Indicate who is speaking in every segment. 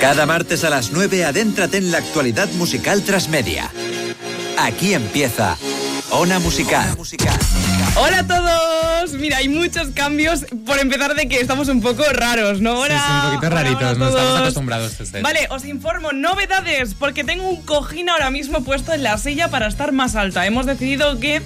Speaker 1: Cada martes a las 9 adéntrate en la actualidad musical transmedia. Aquí empieza Ona Musical. Ona musical.
Speaker 2: Hola a todos. Mira, hay muchos cambios por empezar de que estamos un poco raros, ¿no? Hola.
Speaker 3: Sí, sí, un poquito
Speaker 2: Hola,
Speaker 3: raritos,
Speaker 2: hola a
Speaker 3: no estamos
Speaker 2: todos.
Speaker 3: acostumbrados a este.
Speaker 2: Vale, os informo novedades porque tengo un cojín ahora mismo puesto en la silla para estar más alta. Hemos decidido que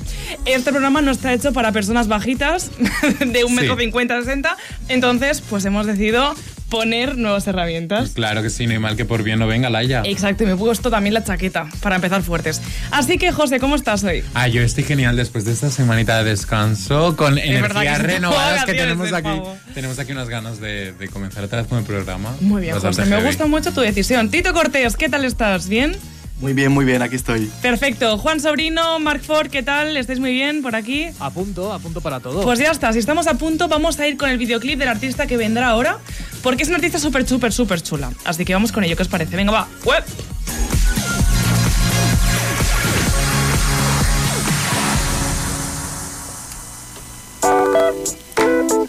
Speaker 2: este programa no está hecho para personas bajitas de 1,50 metro
Speaker 3: Sí.
Speaker 2: 50, 60, entonces pues hemos decidido poner nuevas herramientas.
Speaker 3: Pues Claro que sí, no hay mal que por bien no venga Laia.
Speaker 2: Exacto, y me he puesto también la chaqueta para empezar fuertes. Así que, José, ¿cómo estás hoy?
Speaker 3: Ah, yo estoy genial después de esta semanita de descanso con
Speaker 2: verdad que
Speaker 3: energías
Speaker 2: sí,
Speaker 3: renovadas que
Speaker 2: vacaciones
Speaker 3: tenemos
Speaker 2: de
Speaker 3: aquí.
Speaker 2: pavo.
Speaker 3: Tenemos aquí unas ganas de, de comenzar otra vez con el programa.
Speaker 2: Muy bien,
Speaker 3: Bastante
Speaker 2: José. Me
Speaker 3: heavy.
Speaker 2: gusta mucho tu decisión. Tito Cortés, ¿qué tal estás? ¿Bien?
Speaker 4: Muy bien, muy bien, aquí estoy.
Speaker 2: Perfecto. Juan Sobrino, Mark Ford, ¿qué tal? ¿Estáis muy bien por aquí?
Speaker 5: A punto, a punto para todo.
Speaker 2: Pues ya está, si estamos a punto, vamos a ir con el videoclip del artista que vendrá ahora, porque es una artista súper, súper, súper chula. Así que vamos con ello, ¿qué os parece? Venga, va. ¡Web!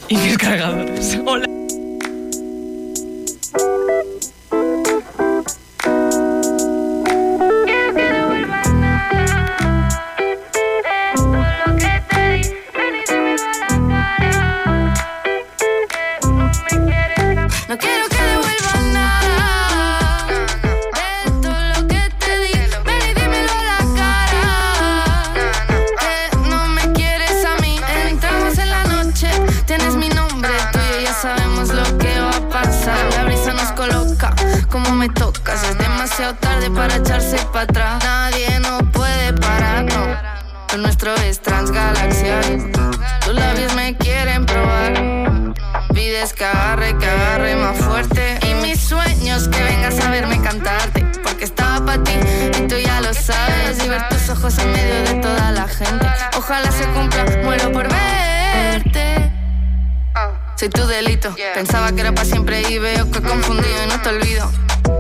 Speaker 2: Y descargadores. Hola.
Speaker 6: No quiero que devuelvas nada. De todo lo que te di, ven y dímelo a la cara. Que no me quieres a mí. Entramos en la noche, tienes mi nombre. Tú y yo ya sabemos lo que va a pasar. La brisa nos coloca, como me tocas. Es demasiado tarde para echarse para atrás. Nadie no puede pararnos. Lo nuestro es transgalaxial. Tus labios me quieren probar. Pides que agarre, que agarre más fuerte. Y mis sueños que vengas a verme cantarte. Porque estaba para ti y tú ya lo sabes. Y ver tus ojos en medio de toda la gente. Ojalá se cumpla, muero por verte. Ah. Soy tu delito. Pensaba que era para siempre y veo que he confundido y no te olvido.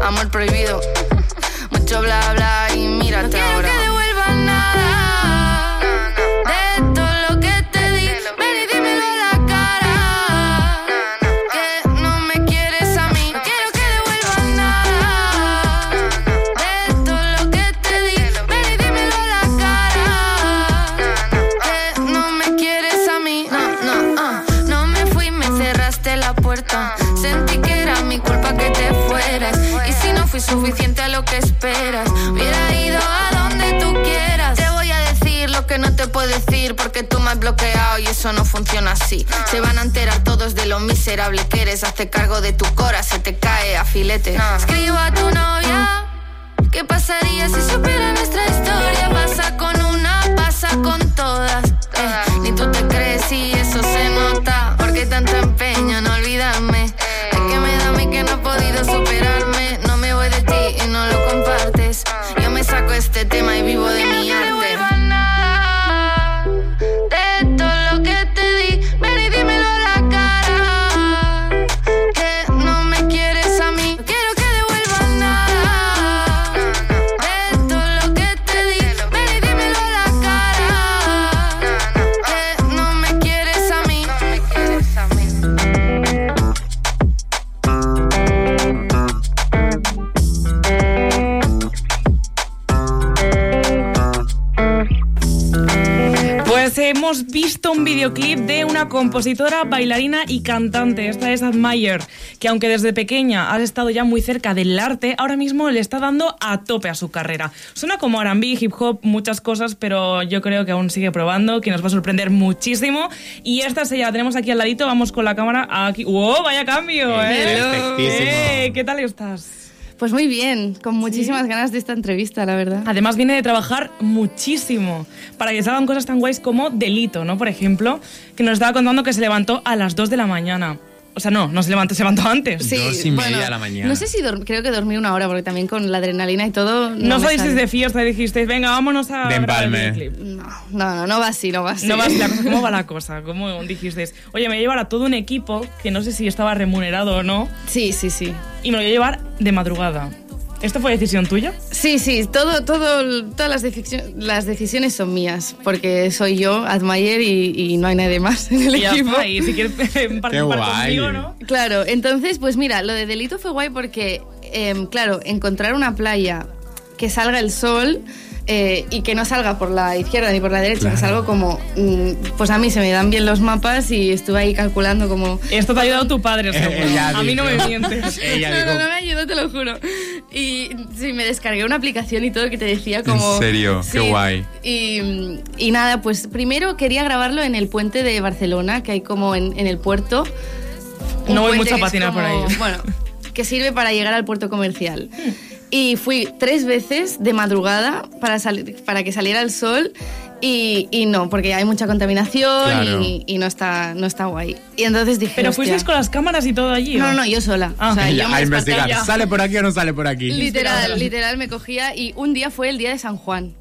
Speaker 6: Amor prohibido. Mucho bla bla y mírate ahora. que devuelvas nada. De todo lo que te di, ven y dímelo a la cara. Que no me quieres a mí. No quiero que devuelvas nada. De todo lo que te di, ven y dímelo a la cara. Que Eh, no me quieres a mí. No, no, ah. No me fui, me cerraste la puerta. Sentí que era mi culpa que te fueras. Y si no fui suficiente a lo que esperas, hubiera ido a donde tú quieras. Te voy a decir lo que no te puedo decir porque tú me has bloqueado y eso no funciona así. Se van a enterar todos de lo miserable que eres. Hazte cargo de tu cora, se te cae a filete. Escribo a tu novia. ¿Qué pasaría si supiera nuestra historia? Pasa con una, pasa con todas. Eh, ni tú te crees y eso se nota. Porque tanto empeño en olvidarme. Es que me da a mí que no he podido superarme. No me voy de ti y no lo compartes. Yo me saco este tema y vivo de mi arte. De todo lo que te di, ven y dímelo a la cara. Que no me quieres a mí. No quiero que devuelvas nada. De todo lo que te di, ven y dímelo a la cara. Que no me quieres a mí. No me quieres a mí.
Speaker 2: Pues hemos visto un videoclip de una compositora, bailarina y cantante. Esta es Admire, que aunque desde pequeña has estado ya muy cerca del arte, ahora mismo le está dando a tope a su carrera. Suena como R&B, hip hop, muchas cosas, pero yo creo que aún sigue probando, que nos va a sorprender muchísimo. Y esta se la tenemos aquí al ladito, vamos con la cámara aquí. ¡Wow! ¡Vaya cambio! ¿eh?
Speaker 3: Perfectísimo.
Speaker 2: ¡Eh! ¿Qué tal estás?
Speaker 6: Pues muy bien, con muchísimas ganas de esta entrevista, la verdad.
Speaker 2: Además viene de trabajar muchísimo para que salgan cosas tan guays como Delito, ¿no? Por ejemplo, que nos estaba contando que se levantó a las 2 de la mañana. O sea, no, no se levantó, se levantó antes.
Speaker 3: Dos y media de la mañana.
Speaker 6: No sé si dorm- creo que dormí una hora, porque también con la adrenalina y todo.
Speaker 2: No,
Speaker 6: me
Speaker 2: sois
Speaker 6: sale.
Speaker 2: de fiesta y dijisteis, venga, vámonos a...
Speaker 3: De
Speaker 2: grabar el
Speaker 3: empalme.
Speaker 2: videoclip".
Speaker 6: No, no, no, no va así, no va así.
Speaker 2: No va así la cosa. ¿Cómo va la cosa? ¿Cómo dijisteis? Oye, me llevará todo un equipo que no sé si estaba remunerado o no
Speaker 6: Sí, sí, sí.
Speaker 2: y me lo voy a llevar de madrugada. ¿Esto fue decisión tuya?
Speaker 6: Sí, sí, todo, todo, todas las, decici- las decisiones son mías, porque soy yo, Admayer, y, y no hay nadie más en el
Speaker 2: Y ya
Speaker 6: equipo.
Speaker 2: está, y si quieres participar
Speaker 3: guay.
Speaker 2: conmigo, ¿no?
Speaker 6: Claro, entonces, pues mira, lo de delito fue guay porque
Speaker 5: em, claro, encontrar una playa que salga el sol eh, y que no salga por la izquierda ni por la derecha, que es algo como. mm, Pues a mí se me dan bien los mapas y estuve ahí calculando como.
Speaker 2: Esto te ha ayudado tu padre, seguro.
Speaker 3: ella
Speaker 2: a mí no me
Speaker 3: dijo.
Speaker 2: mientes.
Speaker 3: Ella
Speaker 5: no,
Speaker 3: dijo-
Speaker 5: no, no me ayudó, te lo juro. Y sí, me descargué una aplicación y todo que te decía
Speaker 3: ¿En
Speaker 5: como...
Speaker 3: serio?
Speaker 5: Sí.
Speaker 3: Qué guay.
Speaker 5: Y, y nada, pues primero quería grabarlo en el puente de Barcelona, que hay como en, en el puerto. Un
Speaker 2: No voy
Speaker 5: puente
Speaker 2: mucho a
Speaker 5: que es
Speaker 2: patinar por
Speaker 5: como-
Speaker 2: ahí.
Speaker 5: Bueno, que sirve para llegar al puerto comercial. Y fui tres veces de madrugada para, sali- para que saliera el sol y, y no, porque hay mucha contaminación
Speaker 3: Claro.
Speaker 5: y, y no, está, no está guay. Y entonces dije...
Speaker 2: Pero fuisteis
Speaker 5: "Hostia".
Speaker 2: con las cámaras y todo allí.
Speaker 5: No,
Speaker 2: ¿o?
Speaker 5: no, yo sola.
Speaker 2: Ah.
Speaker 5: o sea, yo
Speaker 3: Ella,
Speaker 5: me
Speaker 3: a
Speaker 5: desperté
Speaker 3: investigar.
Speaker 5: ya.
Speaker 3: ¿Sale por aquí o no sale por aquí?
Speaker 5: Literal,
Speaker 2: Inspiradora.
Speaker 5: literal me cogía y un día fue el día de San Juan.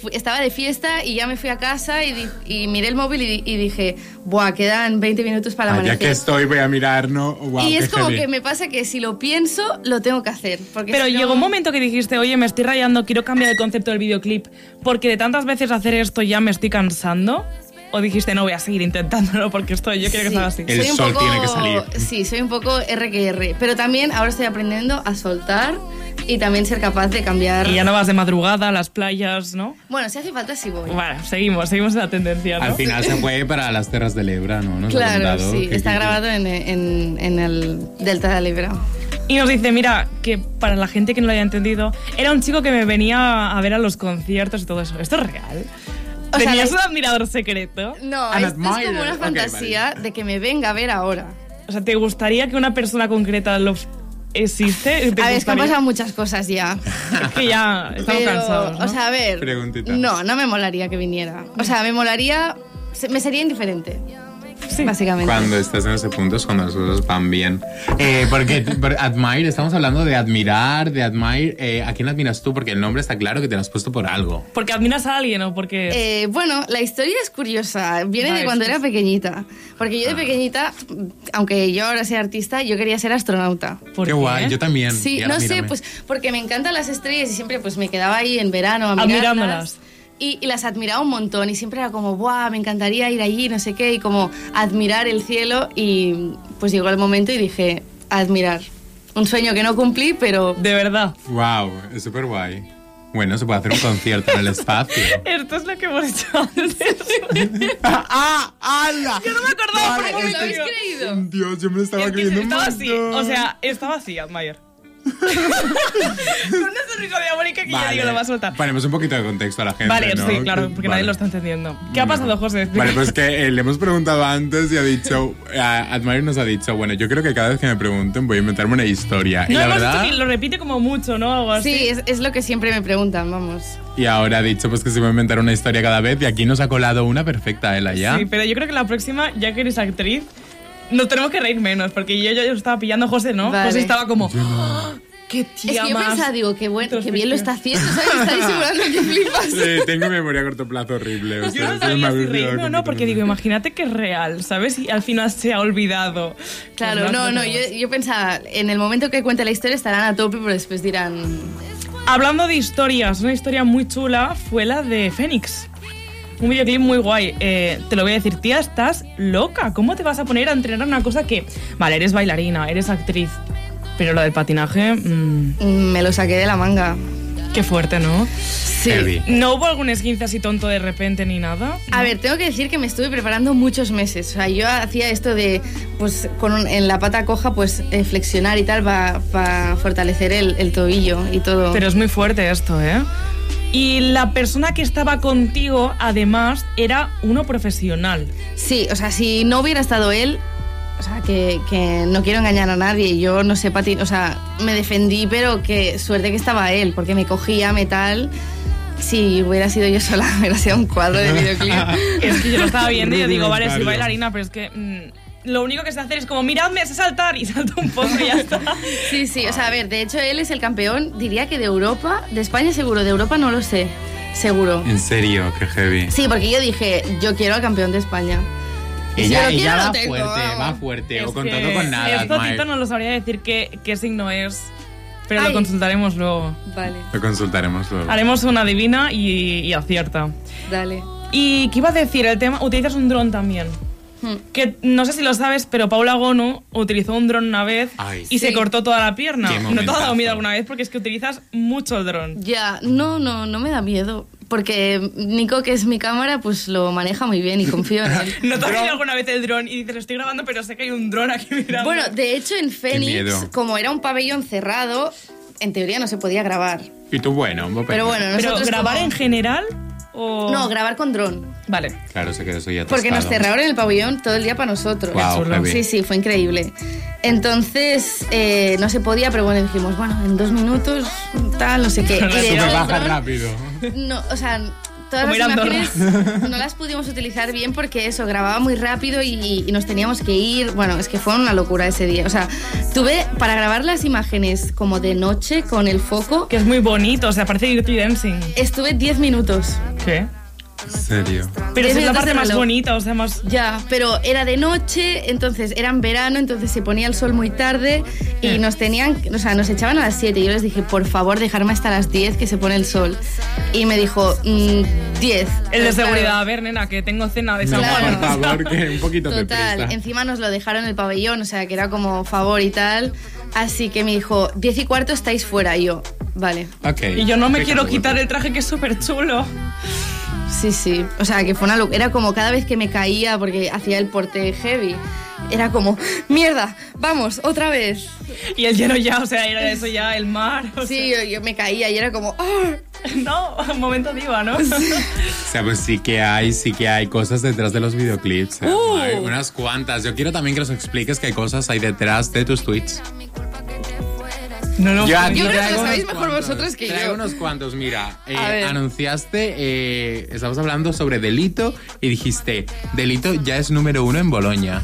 Speaker 5: Fu- Estaba de fiesta y ya me fui a casa y, di- y miré el móvil y, di- y dije, buah, quedan 20 minutos para
Speaker 3: Ah, ya
Speaker 5: amanecer.
Speaker 3: que estoy, voy a mirar, ¿no? Guau,
Speaker 5: y
Speaker 3: qué
Speaker 5: es como
Speaker 3: heavy.
Speaker 5: que me pasa que si lo pienso, lo tengo que hacer. Porque
Speaker 2: Pero
Speaker 5: si no-
Speaker 2: llegó un momento que dijiste, oye, me estoy rayando, quiero cambiar el concepto del videoclip, porque de tantas veces hacer esto ya me estoy cansando. O dijiste, no voy a seguir intentándolo porque esto yo quiero que
Speaker 5: Sí.
Speaker 2: salga así.
Speaker 3: El
Speaker 5: Soy un
Speaker 3: sol
Speaker 5: poco-
Speaker 3: tiene que salir.
Speaker 5: Sí, soy un poco RQR. Pero también ahora estoy aprendiendo a soltar y también ser capaz de cambiar.
Speaker 2: Y ya no vas de madrugada a las playas, ¿no?
Speaker 5: Bueno, si hace falta, sí voy.
Speaker 2: Bueno, seguimos, seguimos la tendencia, ¿no?
Speaker 3: Al final se fue para las terras del Ebra, ¿no? Nos ha
Speaker 5: Claro,
Speaker 3: contado
Speaker 5: sí.
Speaker 3: que-
Speaker 5: Está
Speaker 3: que-
Speaker 5: grabado en, en- en el Delta de Libra.
Speaker 2: Y nos dice, mira, que para la gente que no lo haya entendido, era un chico que me venía a ver a los conciertos y todo eso. ¿Esto es real?
Speaker 5: O sea,
Speaker 2: ¿Tenías
Speaker 5: la-
Speaker 2: un admirador secreto?
Speaker 5: No,
Speaker 3: An
Speaker 5: esto es
Speaker 3: admirer.
Speaker 5: como una
Speaker 3: Ok,
Speaker 5: fantasía de que me venga a ver ahora.
Speaker 2: O sea, ¿te gustaría que una persona concreta los existe? ¿Te
Speaker 5: A ver, es que han
Speaker 2: gustaría?
Speaker 5: pasado muchas cosas ya.
Speaker 2: Es que ya estamos
Speaker 5: Pero,
Speaker 2: cansados. ¿no?
Speaker 5: o sea, a ver.
Speaker 3: Preguntita.
Speaker 5: No, no me molaría que viniera. O sea, me molaría. se- Me sería indiferente,
Speaker 2: Sí.
Speaker 5: básicamente.
Speaker 3: Cuando estás en ese punto es cuando las cosas van bien. Eh, porque por- admire, estamos hablando de admirar, de admire. eh, ¿A quién admiras tú? Porque el nombre está claro que te lo has puesto por algo.
Speaker 2: Porque admiras a alguien o porque.
Speaker 5: Eh, bueno, la historia es curiosa. Viene
Speaker 2: Vale,
Speaker 5: de cuando
Speaker 2: sí, Ah.
Speaker 5: era
Speaker 2: sí.
Speaker 5: pequeñita. Porque yo de pequeñita, aunque yo ahora sea artista, yo quería ser astronauta.
Speaker 2: ¿por
Speaker 3: qué guay, yo también.
Speaker 5: Sí,
Speaker 3: Y
Speaker 5: no
Speaker 3: ahora
Speaker 5: sé,
Speaker 3: mírame.
Speaker 5: pues porque me encantan las estrellas y siempre pues me quedaba ahí en verano a
Speaker 2: Admirándolas.
Speaker 5: mirarlas. Y, y las admiraba un montón y siempre era como, ¡buah! Me encantaría ir allí, no sé qué, y como admirar el cielo. Y pues llegó el momento y dije, admirar. Un sueño que no cumplí, pero.
Speaker 2: De verdad.
Speaker 3: Wow, es súper guay. Bueno, se puede hacer un concierto en el espacio.
Speaker 2: Esto es lo que hemos hecho antes.
Speaker 3: ¡Ah! ¡Hala!
Speaker 2: yo no me acordaba por
Speaker 5: Vale,
Speaker 2: un
Speaker 5: Ah, ¿lo habéis
Speaker 2: momento.
Speaker 5: creído?
Speaker 3: Dios, yo me lo estaba
Speaker 2: Es que
Speaker 3: creyendo un
Speaker 2: estaba así.
Speaker 3: montón.
Speaker 2: O sea, estaba así, Admayer. Con una sonrisa diabólica que yo digo lo va a soltar.
Speaker 3: Ponemos un poquito de contexto a la gente.
Speaker 2: Vale,
Speaker 3: ¿no?
Speaker 2: sí, claro, porque
Speaker 3: Vale.
Speaker 2: nadie lo está entendiendo. ¿Qué ha pasado, José? Explica.
Speaker 3: Vale, pues que eh, le hemos preguntado antes y ha dicho, a- Admire nos ha dicho, bueno, yo creo que cada vez que me pregunten voy a inventarme una historia. y
Speaker 2: no
Speaker 3: la
Speaker 2: hemos
Speaker 3: verdad,
Speaker 2: dicho que lo repite como mucho, ¿no? Algo así.
Speaker 5: Sí, es, es lo que siempre me preguntan, vamos.
Speaker 3: y ahora ha dicho pues que se va a inventar una historia cada vez y aquí nos ha colado una perfecta él allá.
Speaker 2: Sí, pero yo creo que la próxima, ya que eres actriz, nos tenemos que reír menos, porque yo ya lo estaba pillando, José, ¿no?
Speaker 5: Vale.
Speaker 2: José estaba como, ¡Ah! ¡qué
Speaker 5: Es
Speaker 2: tía
Speaker 5: que yo
Speaker 2: más!
Speaker 5: pensaba, digo, qué, buen, qué bien lo está haciendo, ¿sabes? Está disimulando que flipas.
Speaker 3: Sí, tengo memoria a corto plazo horrible. o
Speaker 2: Yo
Speaker 3: sea, se me
Speaker 2: no sabía
Speaker 3: ha
Speaker 2: si
Speaker 3: olvidado
Speaker 2: reírme o no, porque digo,
Speaker 3: completamente.
Speaker 2: imagínate que es real, ¿sabes? Y al final se ha olvidado.
Speaker 5: Claro,
Speaker 2: Pues
Speaker 5: no, no, yo,
Speaker 2: tenemos.
Speaker 5: yo pensaba, en el momento que cuente la historia estarán a tope, pero después dirán...
Speaker 2: Hablando de historias, una historia muy chula fue la de Fénix. Un videoclip muy guay. Eh, te lo voy a decir, tía, estás loca. ¿Cómo te vas a poner a entrenar una cosa que... Vale, eres bailarina, eres actriz, pero lo del patinaje... mm,
Speaker 5: "Mm, Me lo saqué de la manga.
Speaker 2: qué fuerte, ¿no?
Speaker 5: Sí.
Speaker 3: Heavy.
Speaker 2: ¿No hubo algún esguince así tonto de repente ni nada?
Speaker 5: A ver, tengo que decir que me estuve preparando muchos meses. O sea, yo hacía esto de, pues, con un- en la pata coja, pues, eh, flexionar y tal para fortalecer el, el tobillo y todo.
Speaker 2: Pero es muy fuerte esto, ¿eh? Y la persona que estaba contigo, además, era uno profesional.
Speaker 5: Sí, o sea, si no hubiera estado él, o sea, que, que no quiero engañar a nadie, yo no sé patinar, o sea, me defendí, pero que suerte que estaba él, porque me cogía metal. Si hubiera sido yo sola, hubiera sido un cuadro de videoclip.
Speaker 2: Es que yo lo estaba viendo y yo digo, vale, soy
Speaker 3: Rudimentario.
Speaker 2: bailarina, pero es que mm, lo único que sé hacer es como, miradme, sé saltar y salto un poco y ya está.
Speaker 5: Sí, sí, o sea, a ver, de hecho él es el campeón, diría que de Europa, de España seguro, de Europa no lo sé, seguro.
Speaker 3: En serio, qué heavy.
Speaker 5: Sí, porque yo dije, yo quiero al campeón de España. Y si
Speaker 3: Ella,
Speaker 5: lo quiero,
Speaker 3: ella
Speaker 5: lo
Speaker 3: va
Speaker 5: tengo,
Speaker 3: fuerte, va
Speaker 5: vamos.
Speaker 3: fuerte,
Speaker 2: Es
Speaker 3: o con
Speaker 2: que
Speaker 3: todo o con nada. eh.
Speaker 2: Esto
Speaker 3: Admire.
Speaker 2: Tito no lo sabría decir qué, qué signo es, pero lo
Speaker 5: Ay.
Speaker 2: consultaremos luego.
Speaker 5: Vale,
Speaker 3: Lo consultaremos luego.
Speaker 2: Haremos una divina y, y acierta.
Speaker 5: dale.
Speaker 2: ¿Y qué iba a decir? El tema, utilizas un dron también.
Speaker 5: Hmm.
Speaker 2: Que no sé si lo sabes, pero Paula Gono utilizó un dron una vez
Speaker 3: Ay,
Speaker 2: y se
Speaker 5: sí.
Speaker 2: cortó toda la pierna.
Speaker 3: Qué
Speaker 2: ¿No te ha dado
Speaker 3: momentazo.
Speaker 2: miedo alguna vez? Porque es que utilizas mucho el dron.
Speaker 5: Ya, no, no, no me da miedo. Porque Nico, que es mi cámara, pues lo maneja muy bien y confío en él.
Speaker 2: ¿No te ha venido alguna vez el dron y dices, lo estoy grabando, pero sé que hay un dron aquí mirando?
Speaker 5: Bueno, de hecho en Fénix,
Speaker 3: miedo.
Speaker 5: como era un pabellón cerrado, en teoría no se podía grabar.
Speaker 3: Y tú, bueno, vos
Speaker 5: Pero bueno,
Speaker 2: pero
Speaker 5: nosotros
Speaker 2: grabar
Speaker 5: como-
Speaker 2: en general o.
Speaker 5: No, grabar con dron.
Speaker 2: Vale.
Speaker 3: Claro, se quedó eso ya
Speaker 5: Porque nos
Speaker 3: atascado.
Speaker 5: cerraron el pabellón todo el día para nosotros.
Speaker 3: Guau, Qué chulo.
Speaker 5: sí, sí, fue increíble. Entonces, eh, no se podía, pero bueno, dijimos, bueno, en dos minutos, tal, no sé qué. Y de hecho,
Speaker 3: Súper
Speaker 5: el
Speaker 3: baja
Speaker 5: dron-
Speaker 3: rápido.
Speaker 5: No, o sea, todas las
Speaker 2: Como ir a Andorra.
Speaker 5: imágenes no las pudimos utilizar bien porque eso, grababa muy rápido y, y nos teníamos que ir. Bueno, es que fue una locura ese día. O sea, tuve para grabar las imágenes como de noche con el foco,
Speaker 2: Que es muy bonito, o sea, parece Dirty Dancing.
Speaker 5: estuve 10 minutos.
Speaker 2: ¿Qué?
Speaker 3: En serio.
Speaker 2: Pero
Speaker 5: Diez
Speaker 2: esa es la
Speaker 5: minutos
Speaker 2: parte
Speaker 5: de
Speaker 2: más
Speaker 5: reloj.
Speaker 2: bonita, o sea, más.
Speaker 5: Ya, pero era de noche, entonces era en verano, entonces se ponía el sol muy tarde
Speaker 2: Hmm.
Speaker 5: y nos tenían, o sea, nos echaban a las 7 y yo les dije, por favor, dejarme hasta las 10 que se pone el sol. Y me dijo, "Mm, 10.
Speaker 2: El de
Speaker 5: Claro.
Speaker 2: seguridad, a ver, nena, que tengo cena de San
Speaker 5: Claro.
Speaker 2: Juan.
Speaker 3: Por favor, que un poquito de
Speaker 5: Total,
Speaker 3: prisa.
Speaker 5: encima nos lo dejaron en el pabellón, o sea, que era como favor y tal. Así que me dijo, 10 y cuarto estáis fuera. Y yo, vale,
Speaker 3: Ok.
Speaker 2: Y yo no me
Speaker 3: Qué
Speaker 2: quiero
Speaker 3: cabrón.
Speaker 2: quitar el traje que es súper chulo.
Speaker 5: sí, sí. O sea, que fue una locura. Era como cada vez que me caía porque hacía el porte heavy. Era como, mierda, vamos, otra vez.
Speaker 2: Y el hielo ya, o sea, era eso ya, el mar. o
Speaker 5: Sí, yo, yo me caía y era como, "Ah".
Speaker 2: sea, no, un momento diva, ¿no?
Speaker 3: O sea, pues sí que hay, sí que hay cosas detrás de los videoclips. ¿eh?
Speaker 2: Uh.
Speaker 3: Hay unas cuantas. Yo quiero también que nos expliques qué cosas hay detrás de tus tweets.
Speaker 2: No, pues, no,
Speaker 3: Ya,
Speaker 5: Yo
Speaker 3: yo
Speaker 5: creo que
Speaker 3: traigo
Speaker 5: lo sabéis
Speaker 3: unos
Speaker 5: mejor
Speaker 3: cuantos,
Speaker 5: vosotros que
Speaker 3: traigo
Speaker 5: yo.
Speaker 3: unos cuantos, mira. eh,
Speaker 5: A ver.
Speaker 3: anunciaste, eh, estamos hablando sobre delito y dijiste, delito ya es número uno en Bolonia.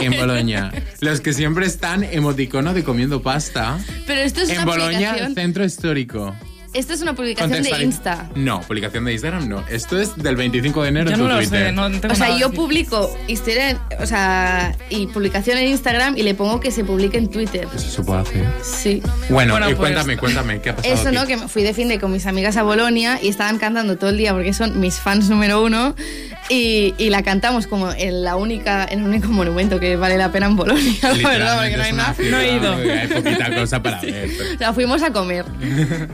Speaker 3: En Bolonia. Los que siempre están emoticono de comiendo pasta.
Speaker 5: Pero esto es
Speaker 3: en
Speaker 5: una
Speaker 3: Bolonia,
Speaker 5: publicación.
Speaker 3: centro histórico.
Speaker 5: Esto es una publicación de
Speaker 3: Contextualiz-
Speaker 5: Insta.
Speaker 3: No, publicación de Instagram no. Esto es del 25 de enero
Speaker 2: Yo
Speaker 3: en
Speaker 2: no
Speaker 3: tu
Speaker 2: lo
Speaker 3: Twitter.
Speaker 2: sé, no tengo
Speaker 5: O sea,
Speaker 2: nada
Speaker 5: yo
Speaker 2: que-
Speaker 5: publico historia, en- o sea, y publicación en Instagram y le pongo que se publique en Twitter.
Speaker 3: Eso se puede hacer.
Speaker 5: Sí.
Speaker 3: Bueno,
Speaker 2: Bueno,
Speaker 3: y
Speaker 2: pues-
Speaker 3: cuéntame, cuéntame, ¿qué ha pasado?
Speaker 5: Eso,
Speaker 3: aquí?
Speaker 5: ¿no? Que me fui de fin de con mis amigas a Bolonia y estaban cantando todo el día porque son mis fans número uno y, y la cantamos como en la única, en el único monumento que vale la pena en Bolonia, la verdad, porque
Speaker 3: Literalmente
Speaker 5: no
Speaker 3: es
Speaker 5: hay
Speaker 3: una
Speaker 5: nada.
Speaker 3: ciudad,
Speaker 2: No he ido.
Speaker 3: Hay poquita cosa para ver.
Speaker 5: O sea, fuimos a comer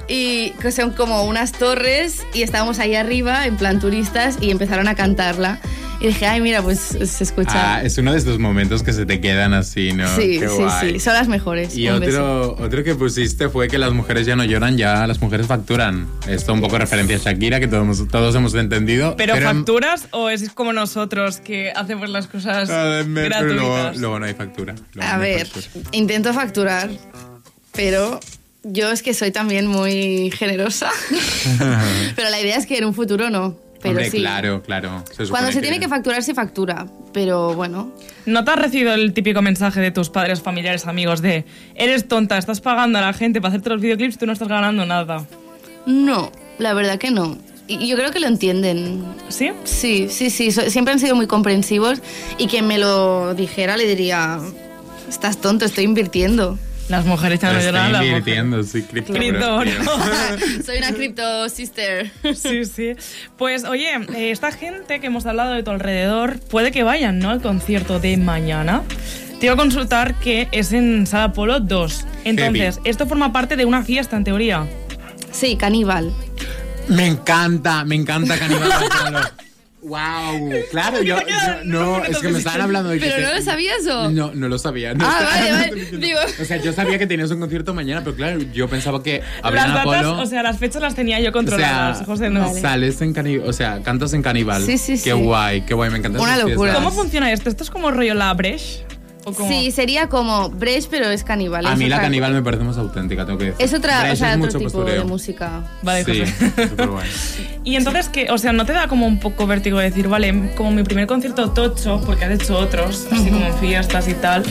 Speaker 5: y que son como unas torres y estábamos ahí arriba en plan turistas y empezaron a cantarla y dije, ay, mira, pues se escucha.
Speaker 3: Ah, es uno de estos momentos que se te quedan así, ¿no?
Speaker 5: sí,
Speaker 3: Qué
Speaker 5: sí,
Speaker 3: guay.
Speaker 5: sí, son las mejores.
Speaker 3: Y
Speaker 5: Un beso.
Speaker 3: otro, otro que pusiste fue que las mujeres ya no lloran, ya las mujeres facturan. Esto un poco referencia a Shakira, que todos, todos hemos entendido.
Speaker 2: ¿Pero,
Speaker 3: en-
Speaker 2: facturas o es como nosotros que hacemos las cosas
Speaker 3: Ah, me- pero
Speaker 2: gratuitas?
Speaker 3: luego, luego no hay factura. Luego
Speaker 5: A
Speaker 3: no pues, hay
Speaker 5: ver,
Speaker 3: factura.
Speaker 5: intento facturar, pero yo es que soy también muy generosa. pero la idea es que en un futuro no. Pero
Speaker 3: Hombre,
Speaker 5: sí.
Speaker 3: claro, claro. Se supone
Speaker 5: Cuando se tiene que facturar, se factura. Pero bueno.
Speaker 2: ¿No te has recibido el típico mensaje de tus padres, familiares, amigos de eres tonta, estás pagando a la gente para hacerte los videoclips y tú no estás ganando nada?
Speaker 5: No, la verdad que no. Y yo creo que lo entienden.
Speaker 2: ¿Sí?
Speaker 5: Sí, sí, sí. so- siempre han sido muy comprensivos y quien me lo dijera le diría, estás tonto, estoy invirtiendo.
Speaker 2: Las mujeres ya
Speaker 3: Pero
Speaker 2: no lloran.
Speaker 3: está
Speaker 2: las mujeres.
Speaker 3: invirtiendo, sí, cripto.
Speaker 2: Cripto,
Speaker 3: pero-
Speaker 2: ¿no?
Speaker 5: soy una crypto sister.
Speaker 2: Sí, sí. Pues oye, eh, esta gente que hemos hablado de tu alrededor, puede que vayan, ¿no? Al concierto de mañana. Te iba a consultar que es en Sala Polo 2. Entonces, esto forma parte de una fiesta, en teoría.
Speaker 5: Sí, caníbal.
Speaker 3: Me encanta, me encanta Caníbal Barceló. Wow, claro, yo, yo- no, es que me estaban hablando de que
Speaker 5: ¿Pero
Speaker 3: te-
Speaker 5: no lo sabías o?
Speaker 3: No, no lo sabía. no
Speaker 5: Ah,
Speaker 3: estaba-
Speaker 5: vale,
Speaker 3: no
Speaker 5: vale,
Speaker 3: te entiendo.
Speaker 5: digo.
Speaker 3: O sea, yo sabía que tenías un concierto mañana, pero claro, yo pensaba que habrían
Speaker 2: las datas,
Speaker 3: Apolo.
Speaker 2: o sea, las fechas las tenía yo controladas, José, no.
Speaker 3: sales en caníbal, o sea, cantas en caníbal.
Speaker 5: Sí, sí,
Speaker 3: Qué
Speaker 5: sí.
Speaker 3: guay, qué guay, me encanta.
Speaker 5: Una
Speaker 3: esas
Speaker 5: locura.
Speaker 2: ¿Cómo
Speaker 3: fiestas.
Speaker 2: funciona esto? ¿Esto es como rollo la Bresh? ¿O cómo?
Speaker 5: Sí, sería como Brecht, pero es caníbal.
Speaker 3: A
Speaker 5: es
Speaker 3: mí la
Speaker 5: otra-
Speaker 3: caníbal me parece más auténtica, tengo que decir.
Speaker 5: Es otra,
Speaker 3: Brecht
Speaker 5: o sea,
Speaker 3: es
Speaker 5: otro
Speaker 3: mucho
Speaker 5: tipo de
Speaker 3: postureo.
Speaker 5: música.
Speaker 2: Vale,
Speaker 3: sí,
Speaker 2: José.
Speaker 3: súper guay.
Speaker 2: Y entonces, que, o sea, ¿no te da como un poco vértigo decir, vale, como mi primer concierto tocho, porque has hecho otros, así como en fiestas y tal,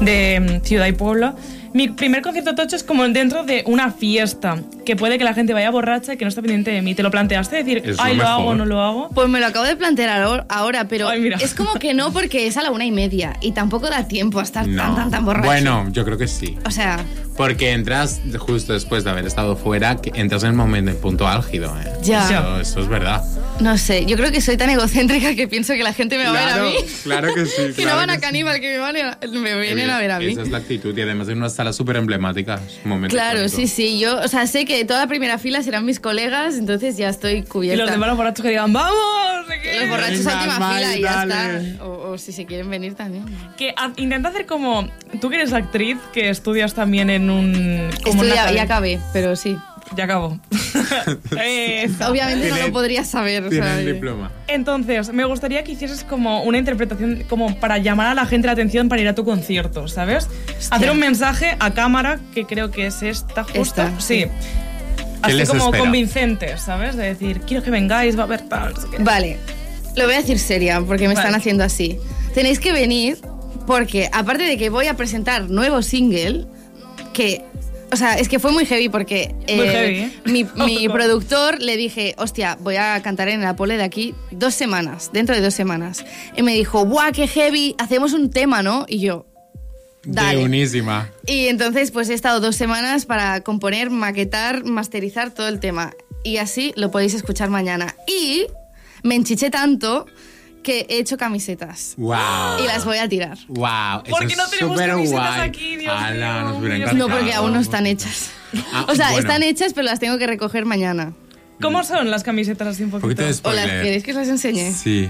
Speaker 2: de mm, ciudad y pueblo, Mi primer concierto tocho es como dentro de una fiesta, que puede que la gente vaya borracha y que no está pendiente de mí. ¿Te lo planteaste? Decir,
Speaker 3: Es lo
Speaker 2: ay, lo
Speaker 3: mejor.
Speaker 2: hago, no lo hago.
Speaker 5: Pues me lo acabo de plantear ahora- ahora, pero
Speaker 2: Ay, mira.
Speaker 5: es como que no porque es a la una y media y tampoco da tiempo a estar
Speaker 3: No.
Speaker 5: tan, tan, tan borracho.
Speaker 3: Bueno, yo creo que sí.
Speaker 5: O sea,
Speaker 3: Porque entras justo después de haber estado fuera, que entras en el momento, en punto álgido. ¿eh?
Speaker 5: Ya.
Speaker 3: Eso, eso es verdad.
Speaker 5: no sé, yo creo que soy tan egocéntrica que pienso que la gente me va a
Speaker 3: Claro,
Speaker 5: ver a mí.
Speaker 3: claro que sí,
Speaker 5: que
Speaker 3: claro
Speaker 5: no van
Speaker 3: que
Speaker 5: a
Speaker 3: sí.
Speaker 5: caníbal, que me, van a- me vienen a ver a mí.
Speaker 3: Esa es la actitud. Y además en una sala súper emblemática. es un momento
Speaker 5: Claro,
Speaker 3: icónico.
Speaker 5: sí, sí. Yo, o sea, sé que toda la primera fila serán mis colegas, entonces ya estoy cubierta.
Speaker 2: Y los demás los borrachos que digan, ¡vamos!
Speaker 5: Los borrachos
Speaker 3: Venga,
Speaker 5: a última
Speaker 3: Mai,
Speaker 5: fila y ya
Speaker 3: dale.
Speaker 5: está. O, o si se quieren venir también.
Speaker 2: Que ha- intenta hacer como. Tú que eres actriz, que estudias también en un. como en una
Speaker 5: Estudia,
Speaker 2: academia.
Speaker 5: ya acabé, pero sí.
Speaker 2: Ya acabó. Esa.
Speaker 5: Obviamente no
Speaker 3: Tiene-
Speaker 5: lo podrías saber. o
Speaker 3: Tiene
Speaker 5: sea,
Speaker 3: el
Speaker 5: eh.
Speaker 3: diploma.
Speaker 2: Entonces, me gustaría que hicieses como una interpretación, como para llamar a la gente la atención para ir a tu concierto, ¿sabes? Hacer un mensaje a cámara, que creo que es esta justo.
Speaker 5: Esta,
Speaker 2: sí.
Speaker 5: sí.
Speaker 2: Así
Speaker 3: les
Speaker 2: como
Speaker 3: espera?
Speaker 2: convincente, ¿sabes? De decir, quiero que vengáis, va a haber tal. no sé qué.
Speaker 5: Vale, lo voy a decir seria porque me
Speaker 2: Vale.
Speaker 5: están haciendo así. Tenéis que venir porque aparte de que voy a presentar nuevo single, que... O sea, es que fue muy heavy porque
Speaker 2: Muy heavy, ¿eh?
Speaker 5: mi, mi productor le dije, hostia, voy a cantar en el Apole de aquí dos semanas, dentro de dos semanas. Y me dijo, guau, qué heavy, hacemos un tema, ¿no? Y yo,
Speaker 3: De
Speaker 5: dale.
Speaker 3: unísima.
Speaker 5: Y entonces pues he estado dos semanas para componer, maquetar, masterizar todo el tema. Y así lo podéis escuchar mañana. Y me enchiché tanto que he hecho camisetas.
Speaker 3: Wow.
Speaker 5: Y las voy a tirar.
Speaker 3: Wow, eso
Speaker 2: ¿Por qué
Speaker 3: es
Speaker 2: no tenemos
Speaker 3: súper
Speaker 2: camisetas
Speaker 3: guay.
Speaker 2: aquí, Dios
Speaker 3: Ala,
Speaker 2: mío?
Speaker 3: nos hubiera
Speaker 2: Mira,
Speaker 3: encantado.
Speaker 5: No, porque aún no están hechas.
Speaker 3: Ah,
Speaker 5: o sea,
Speaker 3: bueno.
Speaker 5: están hechas, pero las tengo que recoger mañana.
Speaker 2: ¿Cómo son las camisetas así un
Speaker 3: Un poquito
Speaker 2: poquito?
Speaker 3: de
Speaker 5: ¿O las
Speaker 3: spoiler.
Speaker 5: queréis que os las enseñe?
Speaker 3: Sí.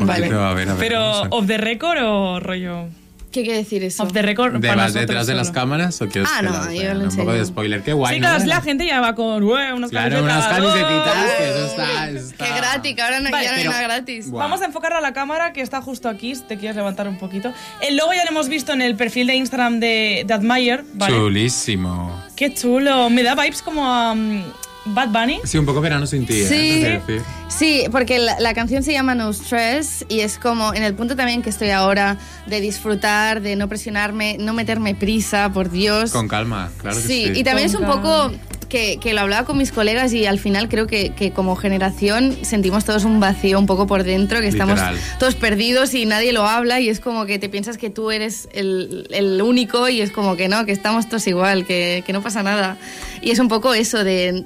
Speaker 3: Un
Speaker 5: Vale.
Speaker 3: poquito, a ver, a ver.
Speaker 2: Pero,
Speaker 3: vamos a-
Speaker 2: ¿off the record o rollo?
Speaker 5: ¿Qué quiere decir eso?
Speaker 2: ¿Off the record?
Speaker 3: ¿De-
Speaker 2: para
Speaker 3: vas
Speaker 2: nosotros
Speaker 3: detrás de las
Speaker 2: solo.
Speaker 3: cámaras o quieres
Speaker 5: Ah,
Speaker 3: que
Speaker 5: no,
Speaker 3: las
Speaker 5: yo
Speaker 3: vean?
Speaker 5: lo
Speaker 3: Un poco
Speaker 5: enseño.
Speaker 3: de spoiler, qué guay.
Speaker 2: Sí,
Speaker 3: ¿no?
Speaker 2: claro, la gente ya va con "Ué, unas
Speaker 3: Claro, unas
Speaker 2: camisetas. ué".
Speaker 3: camisetitas, que eso está, eso está.
Speaker 5: Qué gratis, que ahora no,
Speaker 2: Vale,
Speaker 5: ya no hay
Speaker 3: pero-
Speaker 5: nada gratis.
Speaker 3: Guau.
Speaker 2: Vamos a enfocarlo a la cámara que está justo aquí, si te quieres levantar un poquito. El logo ya lo hemos visto en el perfil de Instagram de, de Admire. Vale.
Speaker 3: Chulísimo.
Speaker 2: Qué chulo. Me da vibes como a mm, Bad Bunny.
Speaker 3: Sí, un poco verano sin ti, ¿eh?
Speaker 5: Sí.
Speaker 3: Es decir,
Speaker 5: Sí, porque la, la canción se llama No Stress y es como en el punto también que estoy ahora de disfrutar, de no presionarme, no meterme prisa, por Dios.
Speaker 3: Con calma, claro que sí.
Speaker 5: sí, y también es un
Speaker 2: Con
Speaker 5: poco que, que lo hablaba con mis colegas y al final creo que, que como generación sentimos todos un vacío un poco por dentro, que estamos
Speaker 3: Literal.
Speaker 5: todos perdidos y nadie lo habla y es como que te piensas que tú eres el, el único y es como que no, que estamos todos igual, que, que no pasa nada. Y es un poco eso de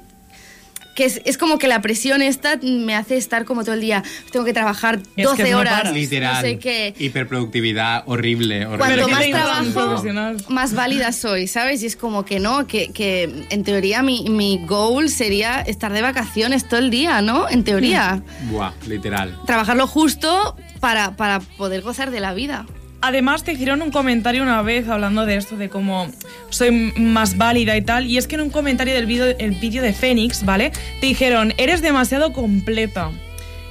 Speaker 5: que es, es como que la presión esta me hace estar como todo el día, tengo que trabajar
Speaker 2: Es que
Speaker 5: 12
Speaker 2: no
Speaker 5: horas,
Speaker 2: paras.
Speaker 3: Literal.
Speaker 5: no sé qué.
Speaker 3: Hiperproductividad horrible, horrible.
Speaker 5: Cuanto
Speaker 2: Pero que
Speaker 5: más
Speaker 2: te
Speaker 5: trabajo,
Speaker 2: un profesional.
Speaker 5: más válida soy, ¿sabes? Y es como que no, que, que en teoría mi, mi goal sería estar de vacaciones todo el día, ¿no? En teoría.
Speaker 3: Buah, literal.
Speaker 5: Trabajar lo justo para, para poder gozar de la vida.
Speaker 2: Además, te hicieron un comentario una vez hablando de esto, de cómo soy m- más válida y tal. Y es que en un comentario del vídeo el vídeo de Fénix, ¿vale? Te dijeron, eres demasiado completa.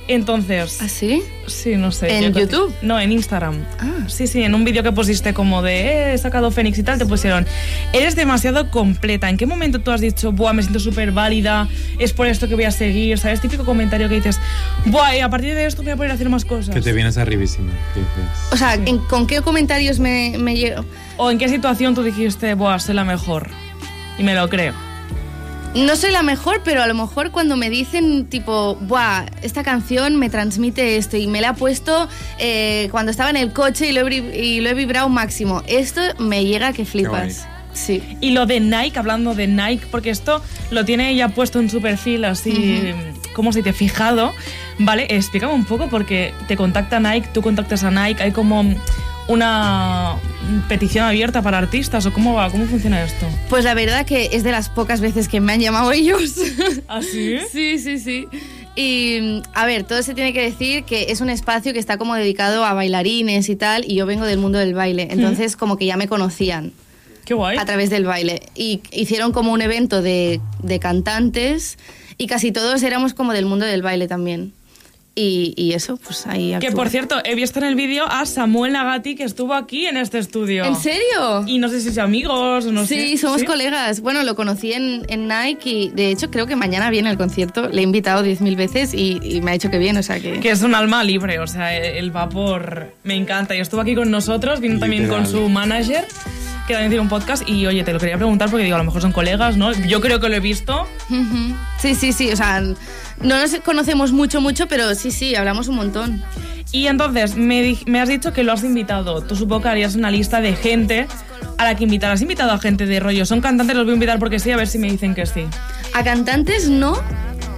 Speaker 2: Entonces,
Speaker 5: ¿Así?
Speaker 2: sí, no sé.
Speaker 5: ¿En
Speaker 2: yo creo que-
Speaker 5: YouTube?
Speaker 2: No, en Instagram.
Speaker 5: Ah.
Speaker 2: Sí, sí, en un vídeo que pusiste como de eh, he sacado Fénix y tal, te pusieron eres demasiado completa. ¿En qué momento tú has dicho, buah, me siento súper válida, es por esto que voy a seguir? ¿Sabes? Típico comentario que dices, buah, y a partir de esto voy a poder hacer más cosas.
Speaker 3: Que te vienes arribísima. ¿qué dices?
Speaker 5: O sea, ¿en- ¿con qué comentarios me, me llego?
Speaker 2: ¿O en qué situación tú dijiste, buah, soy la mejor? Y me lo creo.
Speaker 5: No soy la mejor, pero a lo mejor cuando me dicen tipo, buah, esta canción me transmite esto y me la ha puesto eh, cuando estaba en el coche y lo, he, vib- y lo he vibrado máximo, esto me llega que flipas. Sí.
Speaker 2: Y lo de Nike, hablando de Nike, porque esto lo tiene ella puesto en su perfil así, como si te he fijado, ¿vale? Explícame un poco porque te contacta Nike, tú contactas a Nike, hay como una petición abierta para artistas o cómo va, cómo funciona esto.
Speaker 5: Pues la verdad que es de las pocas veces que me han llamado ellos.
Speaker 2: ¿Así?
Speaker 5: sí, sí, sí. Y a ver, todo se tiene que decir que es un espacio que está como dedicado a bailarines y tal, y yo vengo del mundo del baile, entonces como que ya me conocían
Speaker 2: Qué guay.
Speaker 5: a través del baile. Y hicieron como un evento de, de cantantes y casi todos éramos como del mundo del baile también. Y, y eso, pues ahí...
Speaker 2: Que
Speaker 5: actúa.
Speaker 2: por cierto, he visto en el vídeo a Samuel Nagati que estuvo aquí en este estudio.
Speaker 5: ¿En serio?
Speaker 2: Y no sé si es amigos o no sé.
Speaker 5: sí, somos colegas. Bueno, lo conocí en, en Nike y de hecho creo que mañana viene al concierto. Le he invitado 10.000 veces y, y me ha dicho que viene, o sea que...
Speaker 2: Que es un alma libre, o sea, el vapor me encanta. Y estuvo aquí con nosotros, vino también con
Speaker 3: Literal.
Speaker 2: su manager, que quedan a hacer un podcast y oye, te lo quería preguntar porque digo, a lo mejor son colegas, ¿no? Yo creo que lo he visto.
Speaker 5: Ujú. Sí, sí, sí, o sea, no nos conocemos mucho, mucho, pero sí, sí, hablamos un montón.
Speaker 2: Y entonces me, di- me has dicho que lo has invitado. Tú supongo que harías una lista de gente a la que invitar. ¿Has invitado a gente de rollo? ¿Son cantantes? Los voy a invitar porque sí, a ver si me dicen que sí.
Speaker 5: A cantantes no,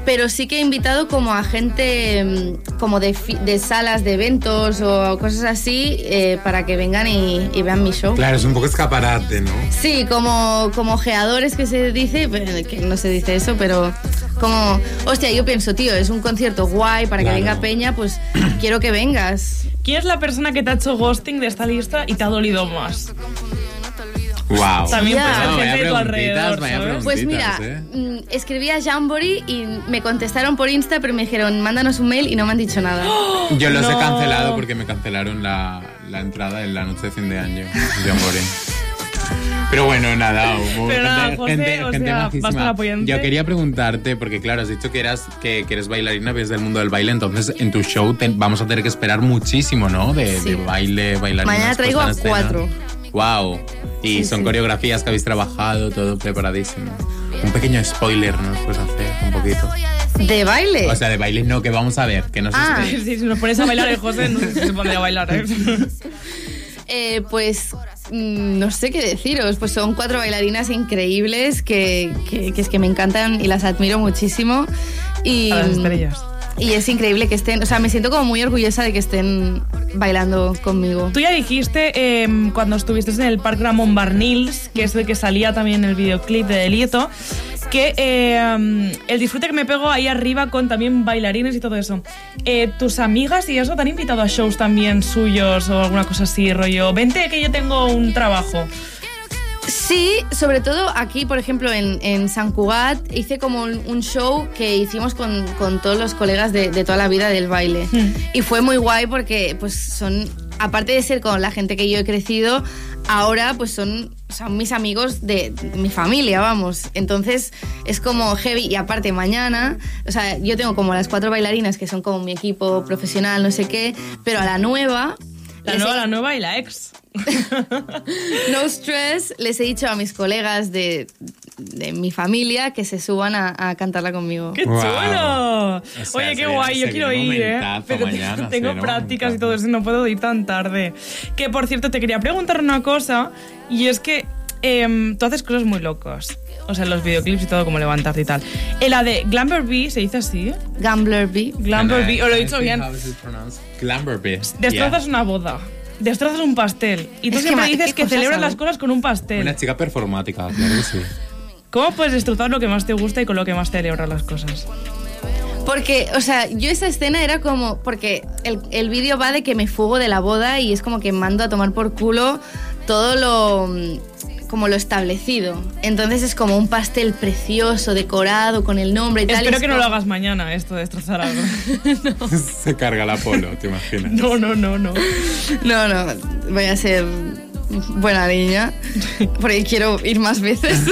Speaker 5: pero sí que he invitado como a gente mm, como de, fi- de salas de eventos o cosas así eh, para que vengan y, y vean mi show.
Speaker 3: Claro, es un poco escaparate, ¿no?
Speaker 5: Sí, como, como ojeadores que se dice, pero que no se dice eso, pero como, hostia, yo pienso, tío, es un concierto guay para
Speaker 3: Claro.
Speaker 5: que venga Peña, pues quiero que vengas.
Speaker 2: ¿Quién es la persona que te ha hecho ghosting de esta lista y te ha dolido más?
Speaker 3: Wow.
Speaker 2: También
Speaker 5: Ya.
Speaker 2: puede ser
Speaker 3: vaya
Speaker 5: No,
Speaker 2: gente de tu
Speaker 3: preguntitas,
Speaker 2: alrededor,
Speaker 3: vaya
Speaker 2: ¿sabes?
Speaker 3: preguntitas. ¿eh?
Speaker 5: Pues mira,
Speaker 3: Puntitas,
Speaker 5: mm, escribí a Jamboree y me contestaron por Insta, pero me dijeron, mándanos un mail y no me han dicho nada.
Speaker 3: Yo los he
Speaker 2: No.
Speaker 3: cancelado porque me cancelaron la, la entrada en la noche de fin de año de Amore. Pero bueno, nada, hubo
Speaker 2: Pero nada, José, o sea,
Speaker 3: majísima.
Speaker 2: vas con la puyente.
Speaker 3: Yo quería preguntarte, porque claro, has dicho que eras, que, que eres bailarina, vienes del mundo del baile, entonces en tu show te- vamos a tener que esperar muchísimo, ¿no? De,
Speaker 5: Sí.
Speaker 3: de baile, bailarinas.
Speaker 5: Mañana traigo
Speaker 3: puesta en
Speaker 5: a
Speaker 3: escena.
Speaker 5: cuatro.
Speaker 3: Wow. Y son coreografías que habéis trabajado, todo preparadísimo. Un pequeño spoiler nos puedes hacer, un poquito.
Speaker 5: ¿De baile?
Speaker 3: O sea, de baile no, que vamos a ver, que no sé
Speaker 5: Ah.
Speaker 3: si-
Speaker 2: Sí, si nos pones a bailar el José, no sé si se pondría a bailar. ¿eh?
Speaker 5: Eh, pues mm, no sé qué deciros, pues son cuatro bailarinas increíbles que, que- que es que me encantan y las admiro muchísimo. Y,
Speaker 2: A las estrellas.
Speaker 5: Y es increíble que estén, o sea, me siento como muy orgullosa de que estén bailando conmigo.
Speaker 2: Tú ya dijiste em, cuando estuviste en el Parque Ramón Barnils, que es el que salía también en el videoclip de Delieto, que em, el disfrute que me pego ahí arriba con también bailarines y todo eso. Eh, ¿Tus amigas y eso te han invitado a shows también suyos o alguna cosa así, rollo? Vente que yo tengo un trabajo.
Speaker 5: Sí, sobre todo aquí, por ejemplo, en, en San Cugat, hice como un, un show que hicimos con, con todos los colegas de, de toda la vida del baile.
Speaker 2: Mm.
Speaker 5: Y fue muy guay porque, pues, son, aparte de ser con la gente que yo he crecido, ahora, pues, son, son mis amigos de, de mi familia, vamos. Entonces, es como heavy. Y aparte, mañana, o sea, yo tengo como las cuatro bailarinas que son como mi equipo profesional, no sé qué, pero a la nueva.
Speaker 2: La
Speaker 5: les
Speaker 2: nueva,
Speaker 5: he-
Speaker 2: la nueva y la ex.
Speaker 5: no stress, les he dicho a mis colegas de, de mi familia que se suban a, a cantarla conmigo.
Speaker 2: ¡Qué
Speaker 3: Wow.
Speaker 2: chulo!
Speaker 3: O sea,
Speaker 2: Oye, qué
Speaker 3: se-
Speaker 2: guay, yo
Speaker 3: se
Speaker 2: quiero
Speaker 3: viene un
Speaker 2: ir, ¿eh?
Speaker 3: momentazo
Speaker 2: Pero te-
Speaker 3: mañana, se
Speaker 2: tengo
Speaker 3: viene un
Speaker 2: prácticas y
Speaker 3: momentazo.
Speaker 2: todo eso, no puedo ir tan tarde. Que por cierto, te quería preguntar una cosa, y es que em, tú haces cosas muy locas. O sea, los videoclips y todo, como levantarte y tal. Eh, la de Glamberby, ¿se dice así?
Speaker 5: Gambler B.
Speaker 2: Glamberby, o lo he dicho bien.
Speaker 3: Glamberby.
Speaker 2: Destrozas una boda, destrozas un pastel, y tú
Speaker 5: Es que,
Speaker 2: siempre
Speaker 5: ma-
Speaker 2: dices
Speaker 5: qué
Speaker 2: que
Speaker 5: cosas
Speaker 2: celebras
Speaker 5: hago.
Speaker 2: las cosas con un
Speaker 3: Una
Speaker 2: pastel.
Speaker 3: chica performática, claro que sí.
Speaker 2: ¿Cómo puedes destrozar lo que más te gusta y con lo que más celebras las cosas?
Speaker 5: Porque, o sea, yo esa escena era como. Porque el, el vídeo va de que me fugo de la boda y es como que mando a tomar por culo todo lo. mm, como lo establecido. Entonces es como un pastel precioso, decorado, con el nombre y tal. y
Speaker 2: Espero
Speaker 5: es
Speaker 2: que no lo
Speaker 5: como-
Speaker 2: hagas mañana, esto de destrozar algo.
Speaker 3: Se carga la polo, ¿te imaginas?
Speaker 2: No, no, no, no.
Speaker 5: No, no, voy a ser buena niña, porque quiero ir más veces.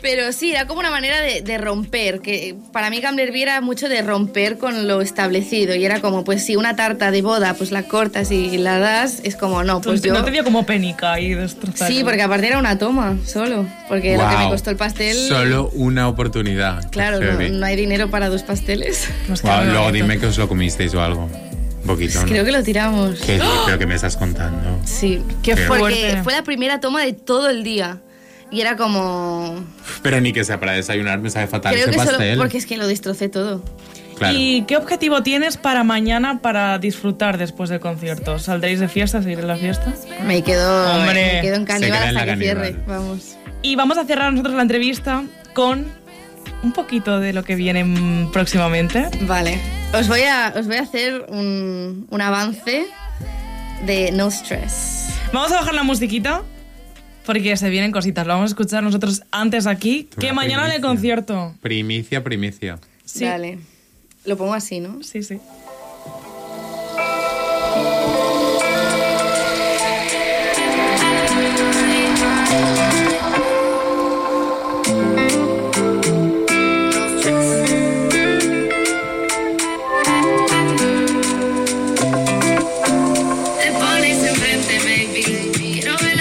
Speaker 5: Pero sí, era como una manera de, de romper, que para mí Gamblerby era mucho de romper con lo establecido y era como, pues si una tarta de boda, pues la cortas y la das, es como, no, pues
Speaker 2: Entonces,
Speaker 5: yo...
Speaker 2: No te dio como pénica y destrozar.
Speaker 5: Sí, porque aparte era una toma, solo, porque lo que me
Speaker 3: Wow.
Speaker 5: costó el pastel...
Speaker 3: Solo una oportunidad.
Speaker 5: Claro,
Speaker 3: Qué
Speaker 5: no,
Speaker 3: heavy.
Speaker 5: no hay dinero para dos pasteles.
Speaker 2: No está
Speaker 3: Guau,
Speaker 2: muy
Speaker 3: luego
Speaker 2: bonito.
Speaker 3: dime que os lo comisteis o algo. Un poquito, ¿no?
Speaker 5: Creo que lo tiramos.
Speaker 3: ¿Qué es
Speaker 2: ¡Ah!
Speaker 3: lo que me estás contando?
Speaker 5: Sí,
Speaker 2: Qué
Speaker 5: porque
Speaker 2: fuerte.
Speaker 5: fue la primera toma de todo el día. Y era como...
Speaker 3: Pero ni que sea para desayunar, me sabe fatal
Speaker 5: Creo
Speaker 3: ese
Speaker 5: que
Speaker 3: pastel.
Speaker 5: solo... Porque es que lo destrocé todo.
Speaker 3: Claro.
Speaker 2: ¿Y qué objetivo tienes para mañana para disfrutar después del concierto? ¿Saldréis de fiesta, seguiréis la fiesta?
Speaker 5: Me quedo,
Speaker 2: Hombre.
Speaker 5: me quedo en
Speaker 3: Se
Speaker 5: caníbal
Speaker 3: queda en
Speaker 5: hasta
Speaker 3: la
Speaker 5: que
Speaker 3: caníbal.
Speaker 5: cierre. Vamos.
Speaker 2: Y vamos a cerrar nosotros la entrevista con un poquito de lo que viene mm, próximamente.
Speaker 5: Vale. Os voy a, os voy a hacer un, un avance de No Stress.
Speaker 2: Vamos a bajar la musiquita porque se vienen cositas. Lo vamos a escuchar nosotros antes aquí
Speaker 3: Tú
Speaker 2: que
Speaker 3: una
Speaker 2: mañana en el
Speaker 3: primicia.
Speaker 2: concierto.
Speaker 3: Primicia, primicia.
Speaker 2: Sí.
Speaker 5: Vale. Lo pongo así, ¿no?
Speaker 2: Sí, sí.
Speaker 6: Te pones enfrente, baby. Quiero ver